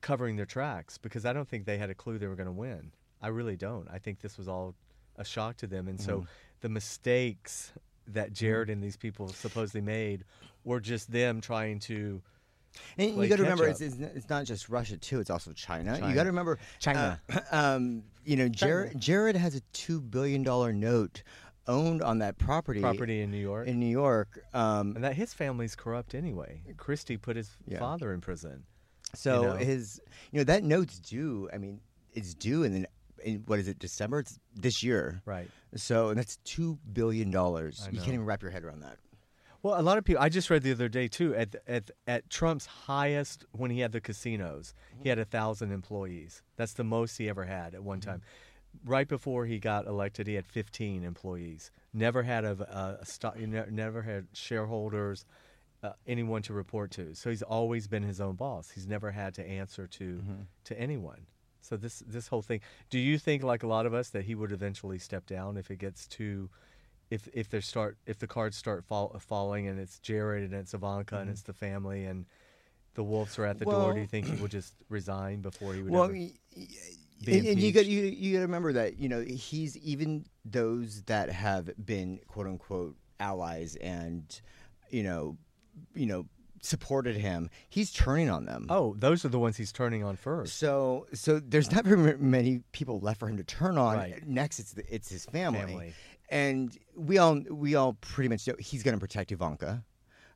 Speaker 1: covering their tracks because I don't think they had a clue they were going to win. I really don't. I think this was all a shock to them, and so the mistakes that Jared and these people supposedly made were just them trying to.
Speaker 4: And
Speaker 1: Play
Speaker 4: you got to
Speaker 1: catch
Speaker 4: remember,
Speaker 1: up.
Speaker 4: it's, it's, n- it's not just Russia too; it's also China.
Speaker 1: China.
Speaker 4: You got to remember,
Speaker 1: China.
Speaker 4: uh, um, you know, Jared, Jared has a two billion dollar note owned on that property.
Speaker 1: Property in New York.
Speaker 4: In New York. Um,
Speaker 1: And that his family's corrupt anyway. Christie put his
Speaker 4: Yeah.
Speaker 1: father in prison.
Speaker 4: So
Speaker 1: know?
Speaker 4: his, you know, that note's due. I mean, it's due, and then in, what is it? December? It's this year,
Speaker 1: Right.
Speaker 4: So and that's two billion dollars. You can't even wrap your head around that.
Speaker 1: Well, a lot of people. I just read the other day too. At at at Trump's highest when he had the casinos, he had a thousand employees. That's the most he ever had at one time. Right before he got elected, he had fifteen employees. Never had a, a, a stock. you ne- Never had shareholders. Uh, anyone to report to. So he's always been his own boss. He's never had to answer to to anyone. So this this whole thing. Do you think, like a lot of us, that he would eventually step down if it gets too if if they start if the cards start fall, falling and it's Jared and it's Ivanka and it's the family and the wolves are at the door, do
Speaker 4: Mm-hmm. Well-
Speaker 1: you think he would just resign before he would?
Speaker 4: Well,
Speaker 1: ever-
Speaker 4: y- y-
Speaker 1: be
Speaker 4: and, and you got
Speaker 1: impeached.
Speaker 4: you you got to remember that you know he's even those that have been quote unquote allies and you know you know supported him. He's turning on them.
Speaker 1: oh, those are the ones he's turning on first.
Speaker 4: So, so there's not very many people left for him to turn on.
Speaker 1: Right.
Speaker 4: Next, it's the, it's his family.
Speaker 1: Family.
Speaker 4: and we all we all pretty much know he's going to protect Ivanka.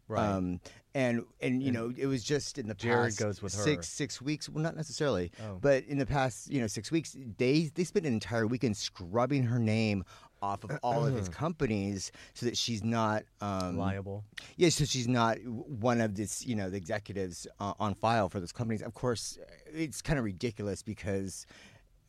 Speaker 1: Right.
Speaker 4: Um, and and you know it was just in the
Speaker 1: Jared
Speaker 4: past
Speaker 1: goes with her.
Speaker 4: six six weeks. Well, not necessarily,
Speaker 1: Oh,
Speaker 4: but in the past you know six weeks, they they spent an entire weekend scrubbing her name off of all of his companies so that she's not um,
Speaker 1: Liable.
Speaker 4: yeah, so she's not w- one of this, you know, the executives uh, on file for those companies. Of course, it's kind of ridiculous because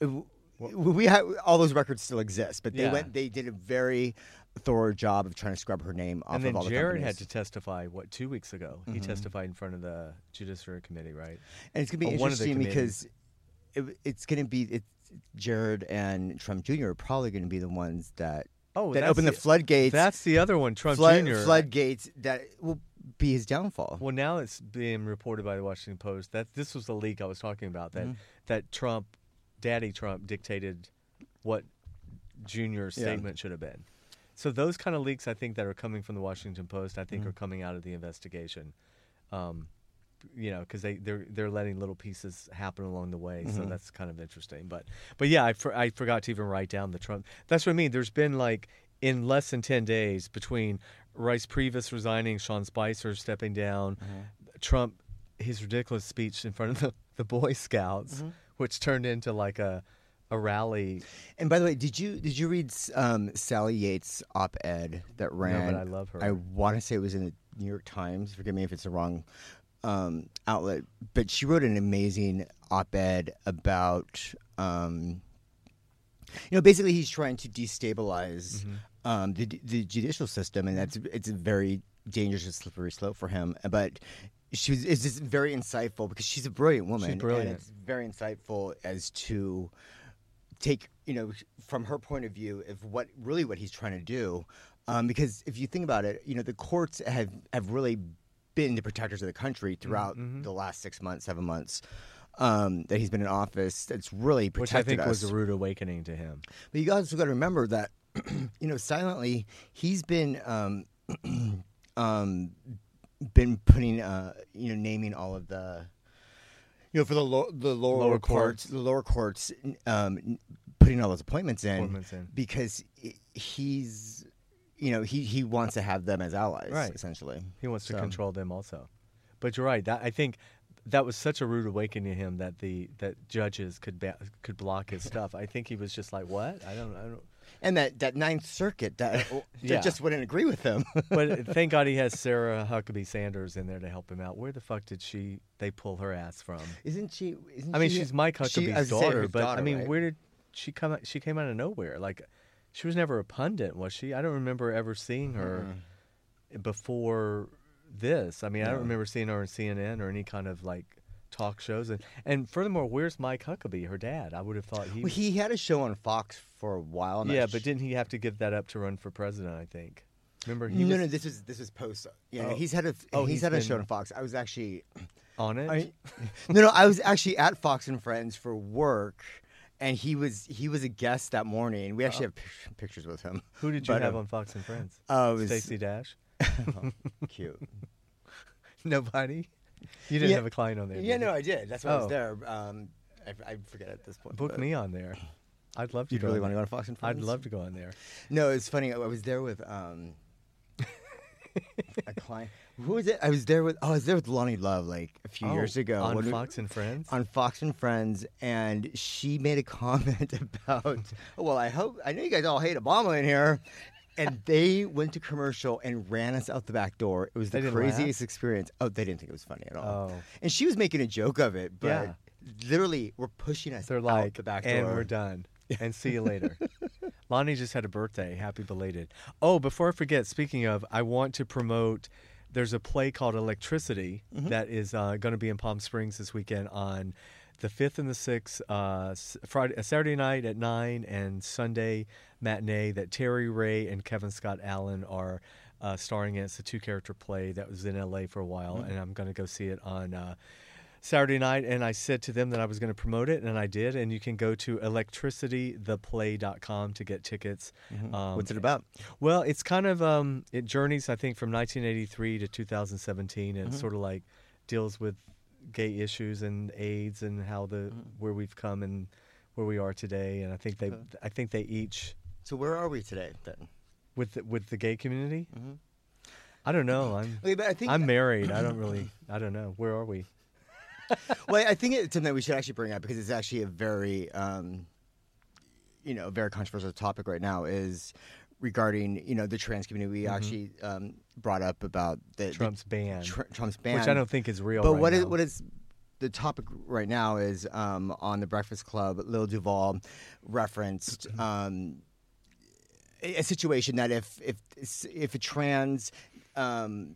Speaker 4: w- we have all those records still exist, but they
Speaker 1: Yeah.
Speaker 4: went, they did a very thorough job of trying to scrub her name off
Speaker 1: And then
Speaker 4: of all the
Speaker 1: Jared had
Speaker 4: companies. Mm-hmm.
Speaker 1: to testify what two weeks ago. He testified in front of the Judiciary Committee, right?
Speaker 4: and it's gonna be
Speaker 1: on one of the
Speaker 4: interesting because it, it's gonna be it's Jared and Trump Jr. are probably gonna be the ones that
Speaker 1: Oh,
Speaker 4: that
Speaker 1: that's
Speaker 4: open the,
Speaker 1: the-
Speaker 4: floodgates.
Speaker 1: That's the other one, Trump
Speaker 4: flood,
Speaker 1: Jr.
Speaker 4: floodgates that will be his downfall.
Speaker 1: Well, now it's being reported by the Washington Post that this was the leak I was talking about that that Trump, Daddy Trump, dictated what Junior's statement should have been. So those kind of leaks, I think, that are coming from the Washington Post, I think, are coming out of the investigation. Um, you know, because they they're they're letting little pieces happen along the way,
Speaker 4: Mm-hmm.
Speaker 1: so that's kind of interesting. But but yeah, I for, I forgot to even write down the Trump. That's what I mean. There's been like in less than ten days between Rice Previs resigning, Sean Spicer stepping down,
Speaker 4: Mm-hmm.
Speaker 1: Trump his ridiculous speech in front of the, the Boy Scouts,
Speaker 4: Mm-hmm.
Speaker 1: which turned into like a a rally.
Speaker 4: And by the way, did you did you read um, Sally Yates' op-ed that ran?
Speaker 1: I love her.
Speaker 4: I want to say it was in the New York Times. Forgive me if it's the wrong um, outlet, but she wrote an amazing op-ed about. Um, you know, basically, he's trying to destabilize
Speaker 1: Mm-hmm.
Speaker 4: um, the the judicial system, and that's it's a very dangerous and slippery slope for him. But she was is just very insightful because she's a brilliant woman.
Speaker 1: brilliant.
Speaker 4: And it's very insightful as to take you know from her point of view of what really what he's trying to do, um, because if you think about it, you know the courts
Speaker 1: Mm-hmm,
Speaker 4: have have really been the protectors of the country throughout the last six months, seven months. um, that he's been in office that's really
Speaker 1: which
Speaker 4: protected
Speaker 1: I think
Speaker 4: us.
Speaker 1: was a rude awakening to him.
Speaker 4: But you also got to remember that, you know, silently he's been, um, um, been putting, uh, you know, naming all of the, you know, for the lo- the lower,
Speaker 1: Lower courts.
Speaker 4: courts, the lower courts, um, putting all those appointments in,
Speaker 1: Appointments in.
Speaker 4: because i- he's, you know, he he wants to have them as allies,
Speaker 1: Right.
Speaker 4: Essentially,
Speaker 1: He wants to
Speaker 4: So-
Speaker 1: control them also. But you're right. That, I think that was such a rude awakening to him that the that judges could ba- could block his stuff. I think he was just like, "What? I don't, I don't."
Speaker 4: and that that Ninth Circuit that, that
Speaker 1: yeah.
Speaker 4: just wouldn't agree with him.
Speaker 1: But uh, thank God he has Sarah Huckabee Sanders in there to help him out. Where the fuck did she? They pull her ass from?
Speaker 4: Isn't she? Isn't
Speaker 1: I mean,
Speaker 4: she-
Speaker 1: she's Mike
Speaker 4: she- I
Speaker 1: Huckabee's
Speaker 4: was gonna say her
Speaker 1: daughter, but I
Speaker 4: daughter,
Speaker 1: mean,
Speaker 4: right?
Speaker 1: where did she come? out- She came out of nowhere. Like, she was never a pundit, was she? I don't remember ever seeing her before this. I mean, I don't remember seeing her on CNN or any kind of like talk shows. And and furthermore, where's Mike Huckabee, her dad? I would have thought he.
Speaker 4: Well, he had a show on Fox for a while. I'm not
Speaker 1: yeah,
Speaker 4: su-
Speaker 1: but didn't he have to give that up to run for president? I think. Remember he
Speaker 4: no,
Speaker 1: was
Speaker 4: no. This is this is post. uh, Yeah, no,
Speaker 1: Oh.
Speaker 4: he's had a
Speaker 1: Oh,
Speaker 4: oh, he's,
Speaker 1: he's
Speaker 4: had a show
Speaker 1: been-
Speaker 4: on Fox. I was actually
Speaker 1: on it.
Speaker 4: I, no, no. I was actually at Fox and Friends for work, and he was he was a guest that morning. We actually have pic- pictures with him.
Speaker 1: Oh. Who did you
Speaker 4: But,
Speaker 1: have
Speaker 4: um,
Speaker 1: on Fox and Friends?
Speaker 4: uh, it was-
Speaker 1: Stacey Dash.
Speaker 4: Cute.
Speaker 1: Nobody. You didn't
Speaker 4: Yeah.
Speaker 1: have a client on there.
Speaker 4: yeah,
Speaker 1: did you?
Speaker 4: no, I did. That's why I
Speaker 1: Oh.
Speaker 4: was there. Um, I, I forget at this point.
Speaker 1: Book
Speaker 4: but-
Speaker 1: me on there. I'd love to.
Speaker 4: You'd
Speaker 1: go
Speaker 4: really
Speaker 1: on
Speaker 4: want to
Speaker 1: there.
Speaker 4: go on Fox and Friends?
Speaker 1: I'd love to go on there.
Speaker 4: No, it's funny. I was there with um, a client. Who was it? I was there with. Oh, I was there with Lonnie Love like a few years
Speaker 1: Oh,
Speaker 4: ago
Speaker 1: on
Speaker 4: when we-
Speaker 1: Fox and Friends.
Speaker 4: on Fox and Friends, and she made a comment about, well, I hope I know you guys all hate Obama in here. And they went to commercial and ran us out the back door. It was
Speaker 1: They
Speaker 4: the
Speaker 1: didn't laugh?
Speaker 4: craziest experience. Oh, they didn't think it was funny at all.
Speaker 1: Oh.
Speaker 4: And she was making a joke of it, but
Speaker 1: Yeah.
Speaker 4: literally, we're pushing us
Speaker 1: They're
Speaker 4: out
Speaker 1: like,
Speaker 4: the back
Speaker 1: and
Speaker 4: door.
Speaker 1: we're done. And see you later. Lonnie just had a birthday. Happy belated. Oh, before I forget, speaking of, I want to promote. There's a play called Electricity
Speaker 4: Mm-hmm.
Speaker 1: that is uh, going to be in Palm Springs this weekend on the fifth and the sixth, uh, s- Friday, uh, Saturday night at nine, and Sunday matinee. That Terry Ray and Kevin Scott Allen are uh, starring in. It's a two-character play that was in L.A. for a while,
Speaker 4: Mm-hmm.
Speaker 1: and I'm going to go see it on. Uh, Saturday night, and I said to them that I was going to promote it, and I did. And you can go to electricitytheplay.com to get tickets. Um,
Speaker 4: Mm-hmm. What's it about?
Speaker 1: Well, it's kind of um, it journeys, I think, from 1983 to 2017, and
Speaker 4: Mm-hmm.
Speaker 1: it's sort of like deals with gay issues and AIDS and how the
Speaker 4: Mm-hmm.
Speaker 1: where we've come and where we are today. And I think they, I think they each
Speaker 4: So where are we today then?
Speaker 1: with the, with the gay community. I don't know. I'm
Speaker 4: Mm-hmm. Okay, but I think
Speaker 1: I'm married. I don't really. I don't know. Where are we?
Speaker 4: well, I think it's something we should actually bring up because it's actually a very, um, you know, very controversial topic right now is regarding you know the trans community. We actually um, brought up about the
Speaker 1: Mm-hmm. Trump's ban.
Speaker 4: the, tr- Trump's ban,
Speaker 1: Which I don't think is real.
Speaker 4: But
Speaker 1: right
Speaker 4: what is
Speaker 1: now.
Speaker 4: what is the topic right now is um, on the Breakfast Club. Lil Duval referenced.
Speaker 1: Mm-hmm.
Speaker 4: Um, a a situation that if if if a trans um,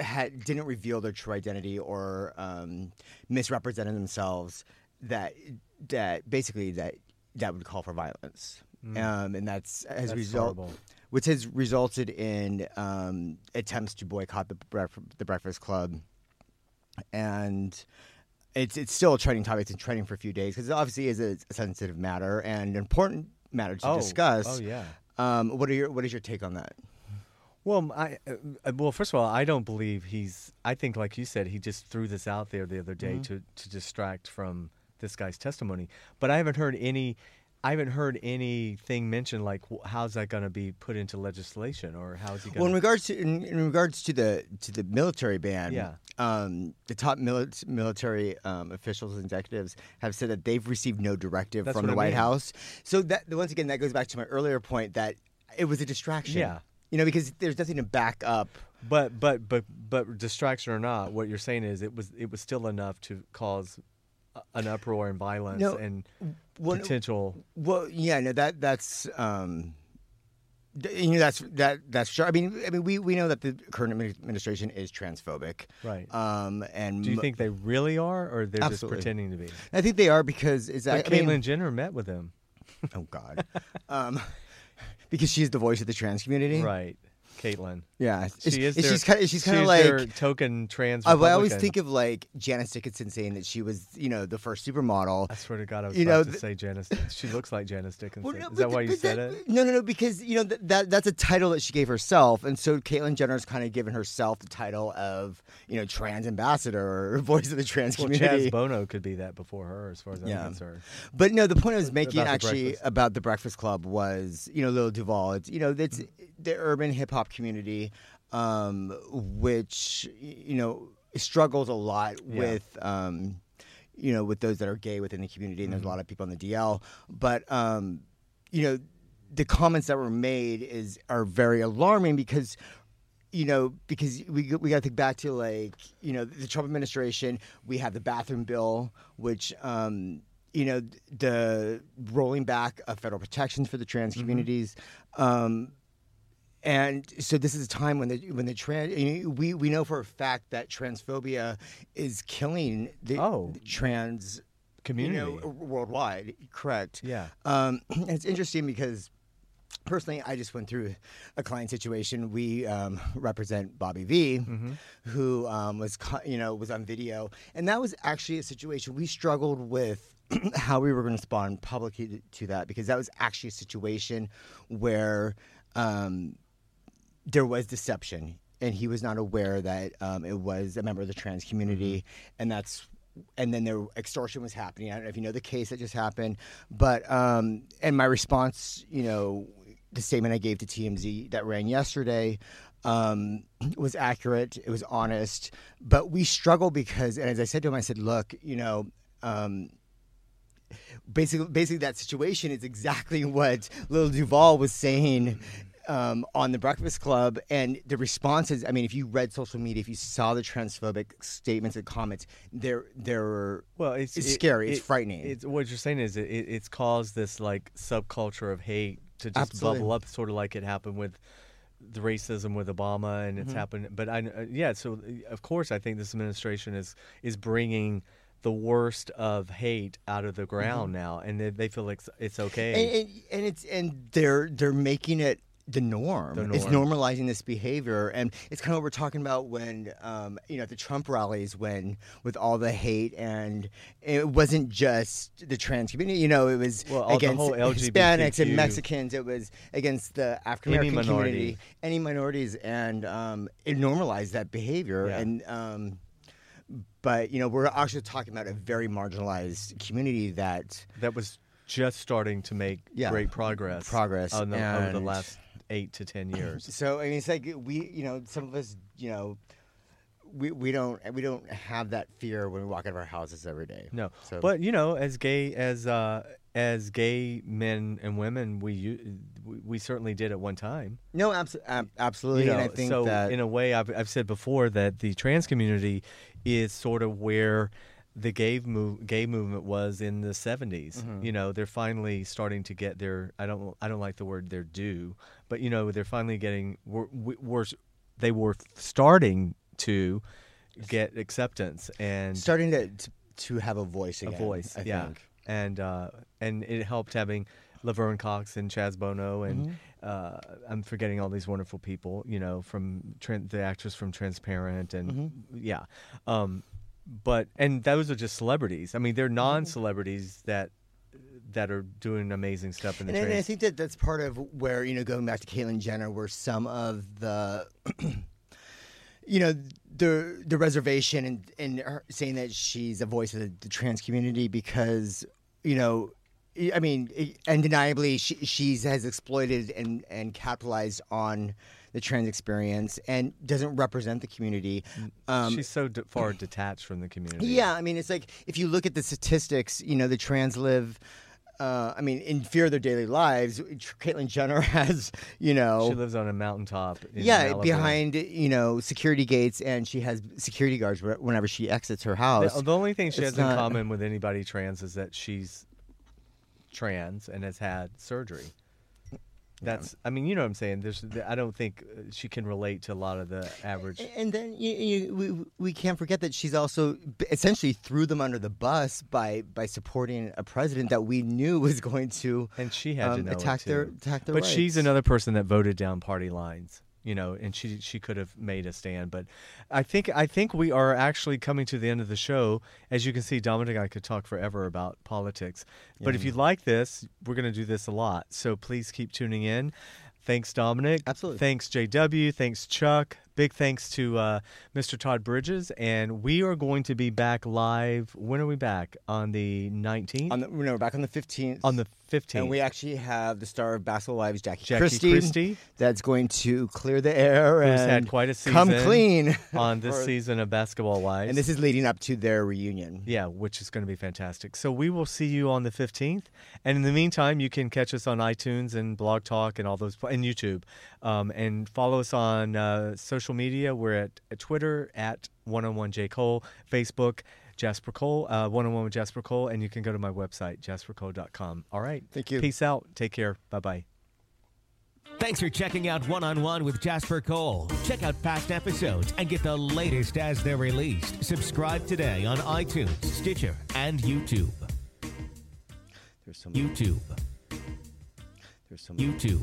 Speaker 4: had didn't reveal their true identity or um, misrepresented themselves, that that basically that that would call for violence, um, and that's as a
Speaker 1: Mm. That's
Speaker 4: result.
Speaker 1: horrible.
Speaker 4: Which has resulted in um, attempts to boycott the, bref- the Breakfast Club, and it's it's still a trending topic. It's been trending for a few days because it obviously is a, a sensitive matter and important matter to
Speaker 1: Oh,
Speaker 4: discuss.
Speaker 1: oh, yeah.
Speaker 4: Um, what are your what is your take on that?
Speaker 1: Well, m- I uh, uh, well, first of all, I don't believe he's. I think, like you said, he just threw this out there the other day
Speaker 4: Mm-hmm.
Speaker 1: to to distract from this guy's testimony. But I haven't heard any. I haven't heard anything mentioned like wh- how's that going to be put into legislation or how's he going.
Speaker 4: Well, in regards to in, in regards to the to the military ban,
Speaker 1: Yeah.
Speaker 4: um, the top mili- military um, officials and executives have said that they've received no directive
Speaker 1: That's
Speaker 4: from
Speaker 1: what
Speaker 4: the
Speaker 1: I
Speaker 4: White
Speaker 1: mean.
Speaker 4: House. So that once again, that goes back to my earlier point that it was a distraction.
Speaker 1: Yeah.
Speaker 4: you know, because there's nothing to back up.
Speaker 1: But but but but distraction or not, what you're saying is it was it was still enough to cause a- an uproar and violence
Speaker 4: No,
Speaker 1: and
Speaker 4: what-
Speaker 1: potential.
Speaker 4: Well, yeah, no, that that's um, d- you know that's that that's sure. I mean, I mean, we we know that the current admini- administration is transphobic,
Speaker 1: Right.
Speaker 4: Um, and
Speaker 1: Do you
Speaker 4: mo-
Speaker 1: think they really are, or they're
Speaker 4: Absolutely.
Speaker 1: just pretending to be?
Speaker 4: I think they are because is that
Speaker 1: But
Speaker 4: I mean-
Speaker 1: Caitlyn Jenner met with him,
Speaker 4: oh God, um, because she's the voice of the trans community,
Speaker 1: right? Caitlin.
Speaker 4: Yeah, it's-
Speaker 1: She is.
Speaker 4: it's-
Speaker 1: Their,
Speaker 4: she's kind of she's kind of
Speaker 1: she's
Speaker 4: like
Speaker 1: their token trans.
Speaker 4: I, I always
Speaker 1: Republican.
Speaker 4: think of like Janice Dickinson saying that she was, you know, the first supermodel.
Speaker 1: I swear to God, I was
Speaker 4: you
Speaker 1: about
Speaker 4: know,
Speaker 1: to
Speaker 4: th-
Speaker 1: say Janice. She looks like Janice Dickinson.
Speaker 4: Well, no,
Speaker 1: is
Speaker 4: but
Speaker 1: that
Speaker 4: the-
Speaker 1: why you
Speaker 4: but
Speaker 1: said
Speaker 4: that-
Speaker 1: it?
Speaker 4: No, no, no. Because you know th- that that's a title that she gave herself, and so Caitlyn Jenner's kind of given herself the title of you know trans ambassador or voice of the trans
Speaker 1: Well,
Speaker 4: community.
Speaker 1: Chaz Bono could be that before her, as far as I'm
Speaker 4: Yeah.
Speaker 1: concerned.
Speaker 4: But no, the point I was making
Speaker 1: uh, About the
Speaker 4: actually
Speaker 1: Breakfast.
Speaker 4: about the Breakfast Club was, you know, Lil Duval. It's you know, it's
Speaker 1: Mm-hmm.
Speaker 4: the urban hip hop community, um, which y- you know struggles a lot with, um, you know, with those that are gay within the community, and there's
Speaker 1: Mm-hmm.
Speaker 4: a lot of people on the DL. But um, you know, the comments that were made is are very alarming because you know, because we we got to think back to like you know the Trump administration. We had the bathroom bill, which um, you know the rolling back of federal protections for the trans communities. Um, and so this is a time when the when the trans we we know for a fact that transphobia is killing the
Speaker 1: Oh.
Speaker 4: trans
Speaker 1: Community.
Speaker 4: you know, worldwide. Correct.
Speaker 1: Yeah.
Speaker 4: Um, and it's interesting because personally, I just went through a client situation. We um, represent Bobby V,
Speaker 1: Mm-hmm.
Speaker 4: who um, was co- you know was on video, and that was actually a situation we struggled with. how we were going to respond publicly to- to that because that was actually a situation where um, there was deception and he was not aware that um, it was a member of the trans community and that's and then there extortion was happening i don't know if you know the case that just happened but um, and my response you know the statement i gave to tmz that ran yesterday um, was accurate it was honest but we struggle because and as i said to him i said look you know um, basically basically that situation is exactly what Lil Duval was saying um, on the Breakfast Club, and the responses. I mean, if you read social media, if you saw the transphobic statements and comments, they're they're
Speaker 1: Well, it's,
Speaker 4: it's
Speaker 1: it-
Speaker 4: scary, it's
Speaker 1: it-
Speaker 4: frightening.
Speaker 1: It's, what you're saying is it, it, it's caused this like subculture of hate to just
Speaker 4: Absolutely.
Speaker 1: bubble up, sort of like it happened with the racism with Obama, and it's
Speaker 4: Mm-hmm.
Speaker 1: happened. But I, uh, yeah, so uh, of course I think this administration is is bringing the worst of hate out of the ground now, and they, they feel like it's, it's okay.
Speaker 4: Mm-hmm. and, and, and it's and they're they're making it the norm.
Speaker 1: The
Speaker 4: It's
Speaker 1: norm.
Speaker 4: normalizing this behavior, and it's kind of what we're talking about when um, you know at the Trump rallies when with all the hate and it wasn't just the trans community. You know, it was
Speaker 1: Well, all the
Speaker 4: against
Speaker 1: whole
Speaker 4: Hispanics and
Speaker 1: LGBTQ.
Speaker 4: Mexicans. It was against the African American
Speaker 1: minority.
Speaker 4: community, any minorities, and um, it normalized that behavior
Speaker 1: Yeah.
Speaker 4: and. Um, but you know we're actually talking about a very marginalized community that
Speaker 1: that was just starting to make
Speaker 4: Yeah.
Speaker 1: great progress.
Speaker 4: Progress,
Speaker 1: on the, over the
Speaker 4: and-
Speaker 1: last eight to ten years.
Speaker 4: So I mean, it's like we, you know, some of us, you know, we we don't we don't have that fear when we walk out of our houses every day.
Speaker 1: No,
Speaker 4: So,
Speaker 1: but you know, as gay as uh, as gay men and women, we u- we- we certainly did at one time.
Speaker 4: no, abso- ab- absolutely.
Speaker 1: You know,
Speaker 4: and I think
Speaker 1: so
Speaker 4: that
Speaker 1: in a way, I've I've said before that the trans community is sort of where the gay move gay movement was in the 70s
Speaker 4: Mm-hmm.
Speaker 1: you know they're finally starting to get their i don't i don't like the word their due but you know they're finally getting we're, we- we're s- they were starting to get acceptance and
Speaker 4: starting to to- to have a voice
Speaker 1: a
Speaker 4: again.
Speaker 1: voice.
Speaker 4: I
Speaker 1: yeah,
Speaker 4: think.
Speaker 1: and uh, and it helped having Laverne Cox and Chaz Bono and
Speaker 4: Mm-hmm.
Speaker 1: uh, I'm forgetting all these wonderful people. You know, from tran the actress from Transparent and
Speaker 4: Mm-hmm.
Speaker 1: yeah, um, but and those are just celebrities. I mean,
Speaker 4: Mm-hmm.
Speaker 1: they're non-celebrities that that are doing amazing stuff in the
Speaker 4: And, and I
Speaker 1: trans.
Speaker 4: think that that's part of where you know going back to Caitlyn Jenner, where some of the you know the the reservation and and her saying that she's a voice of the, the trans community because you know. I- I mean, i- undeniably, she she's, has exploited and, and capitalized on the trans experience and doesn't represent the community. Um,
Speaker 1: She's so d- far detached from the community.
Speaker 4: yeah, I mean, it's like if you look at the statistics, you know, the trans live. Uh, I mean, in fear of their daily lives, Caitlyn Jenner has, you know,
Speaker 1: She lives on a mountaintop. In
Speaker 4: yeah,
Speaker 1: Malibu.
Speaker 4: behind you know security gates, and she has security guards whe- whenever she exits her house.
Speaker 1: The, the only thing she
Speaker 4: It's
Speaker 1: has in
Speaker 4: not-
Speaker 1: common with anybody trans is that she's trans and has had surgery. That's, I mean, you know what I'm saying. There's, I don't think uh, she can relate to a lot of the average.
Speaker 4: And then you, you, we we can't forget that she's also b- essentially threw them under the bus by by supporting a president that we knew was going to
Speaker 1: And she had to
Speaker 4: um,
Speaker 1: know it,
Speaker 4: attack their
Speaker 1: too.
Speaker 4: attack their
Speaker 1: But she's
Speaker 4: rights.
Speaker 1: another person that voted down party lines. you know, and she she could have made a stand. But I think I think we are actually coming to the end of the show. As you can see, Dominic and I could talk forever about politics. But if you like this, we're going to do this a lot. So please keep tuning in. Thanks, Dominic.
Speaker 4: Absolutely.
Speaker 1: Thanks, JW. Thanks, Chuck. Big thanks to uh, Mr. Todd Bridges. And we are going to be back live. When are we back? On the 19th?
Speaker 4: On the, no, we're back on the 15th.
Speaker 1: On the 15th.
Speaker 4: And we actually have the star of Basketball Wives, Jackie,
Speaker 1: Jackie
Speaker 4: Christie,
Speaker 1: Christie.
Speaker 4: that's going to clear the air
Speaker 1: Who's
Speaker 4: and
Speaker 1: had quite a season
Speaker 4: come clean.
Speaker 1: on this
Speaker 4: for-
Speaker 1: season of Basketball Wives.
Speaker 4: And this is leading up to their reunion.
Speaker 1: Yeah, which is going to be fantastic. So we will see you on the 15th. And in the meantime, you can catch us on iTunes and Blog Talk and all those, and YouTube. Um, and follow us on uh, social media. We're at, at Twitter at 101 J. Cole, Facebook, Jasper Cole, uh, 101 with Jasper Cole. And you can go to my website, jaspercole.com. All right.
Speaker 4: Thank you.
Speaker 1: Peace out. Take care. Bye bye.
Speaker 3: Thanks for checking out One on One with Jasper Cole. Check out past episodes and get the latest as they're released. Subscribe today on iTunes, Stitcher, and YouTube.
Speaker 4: There's so many.
Speaker 3: YouTube.
Speaker 4: There's so many.
Speaker 3: YouTube.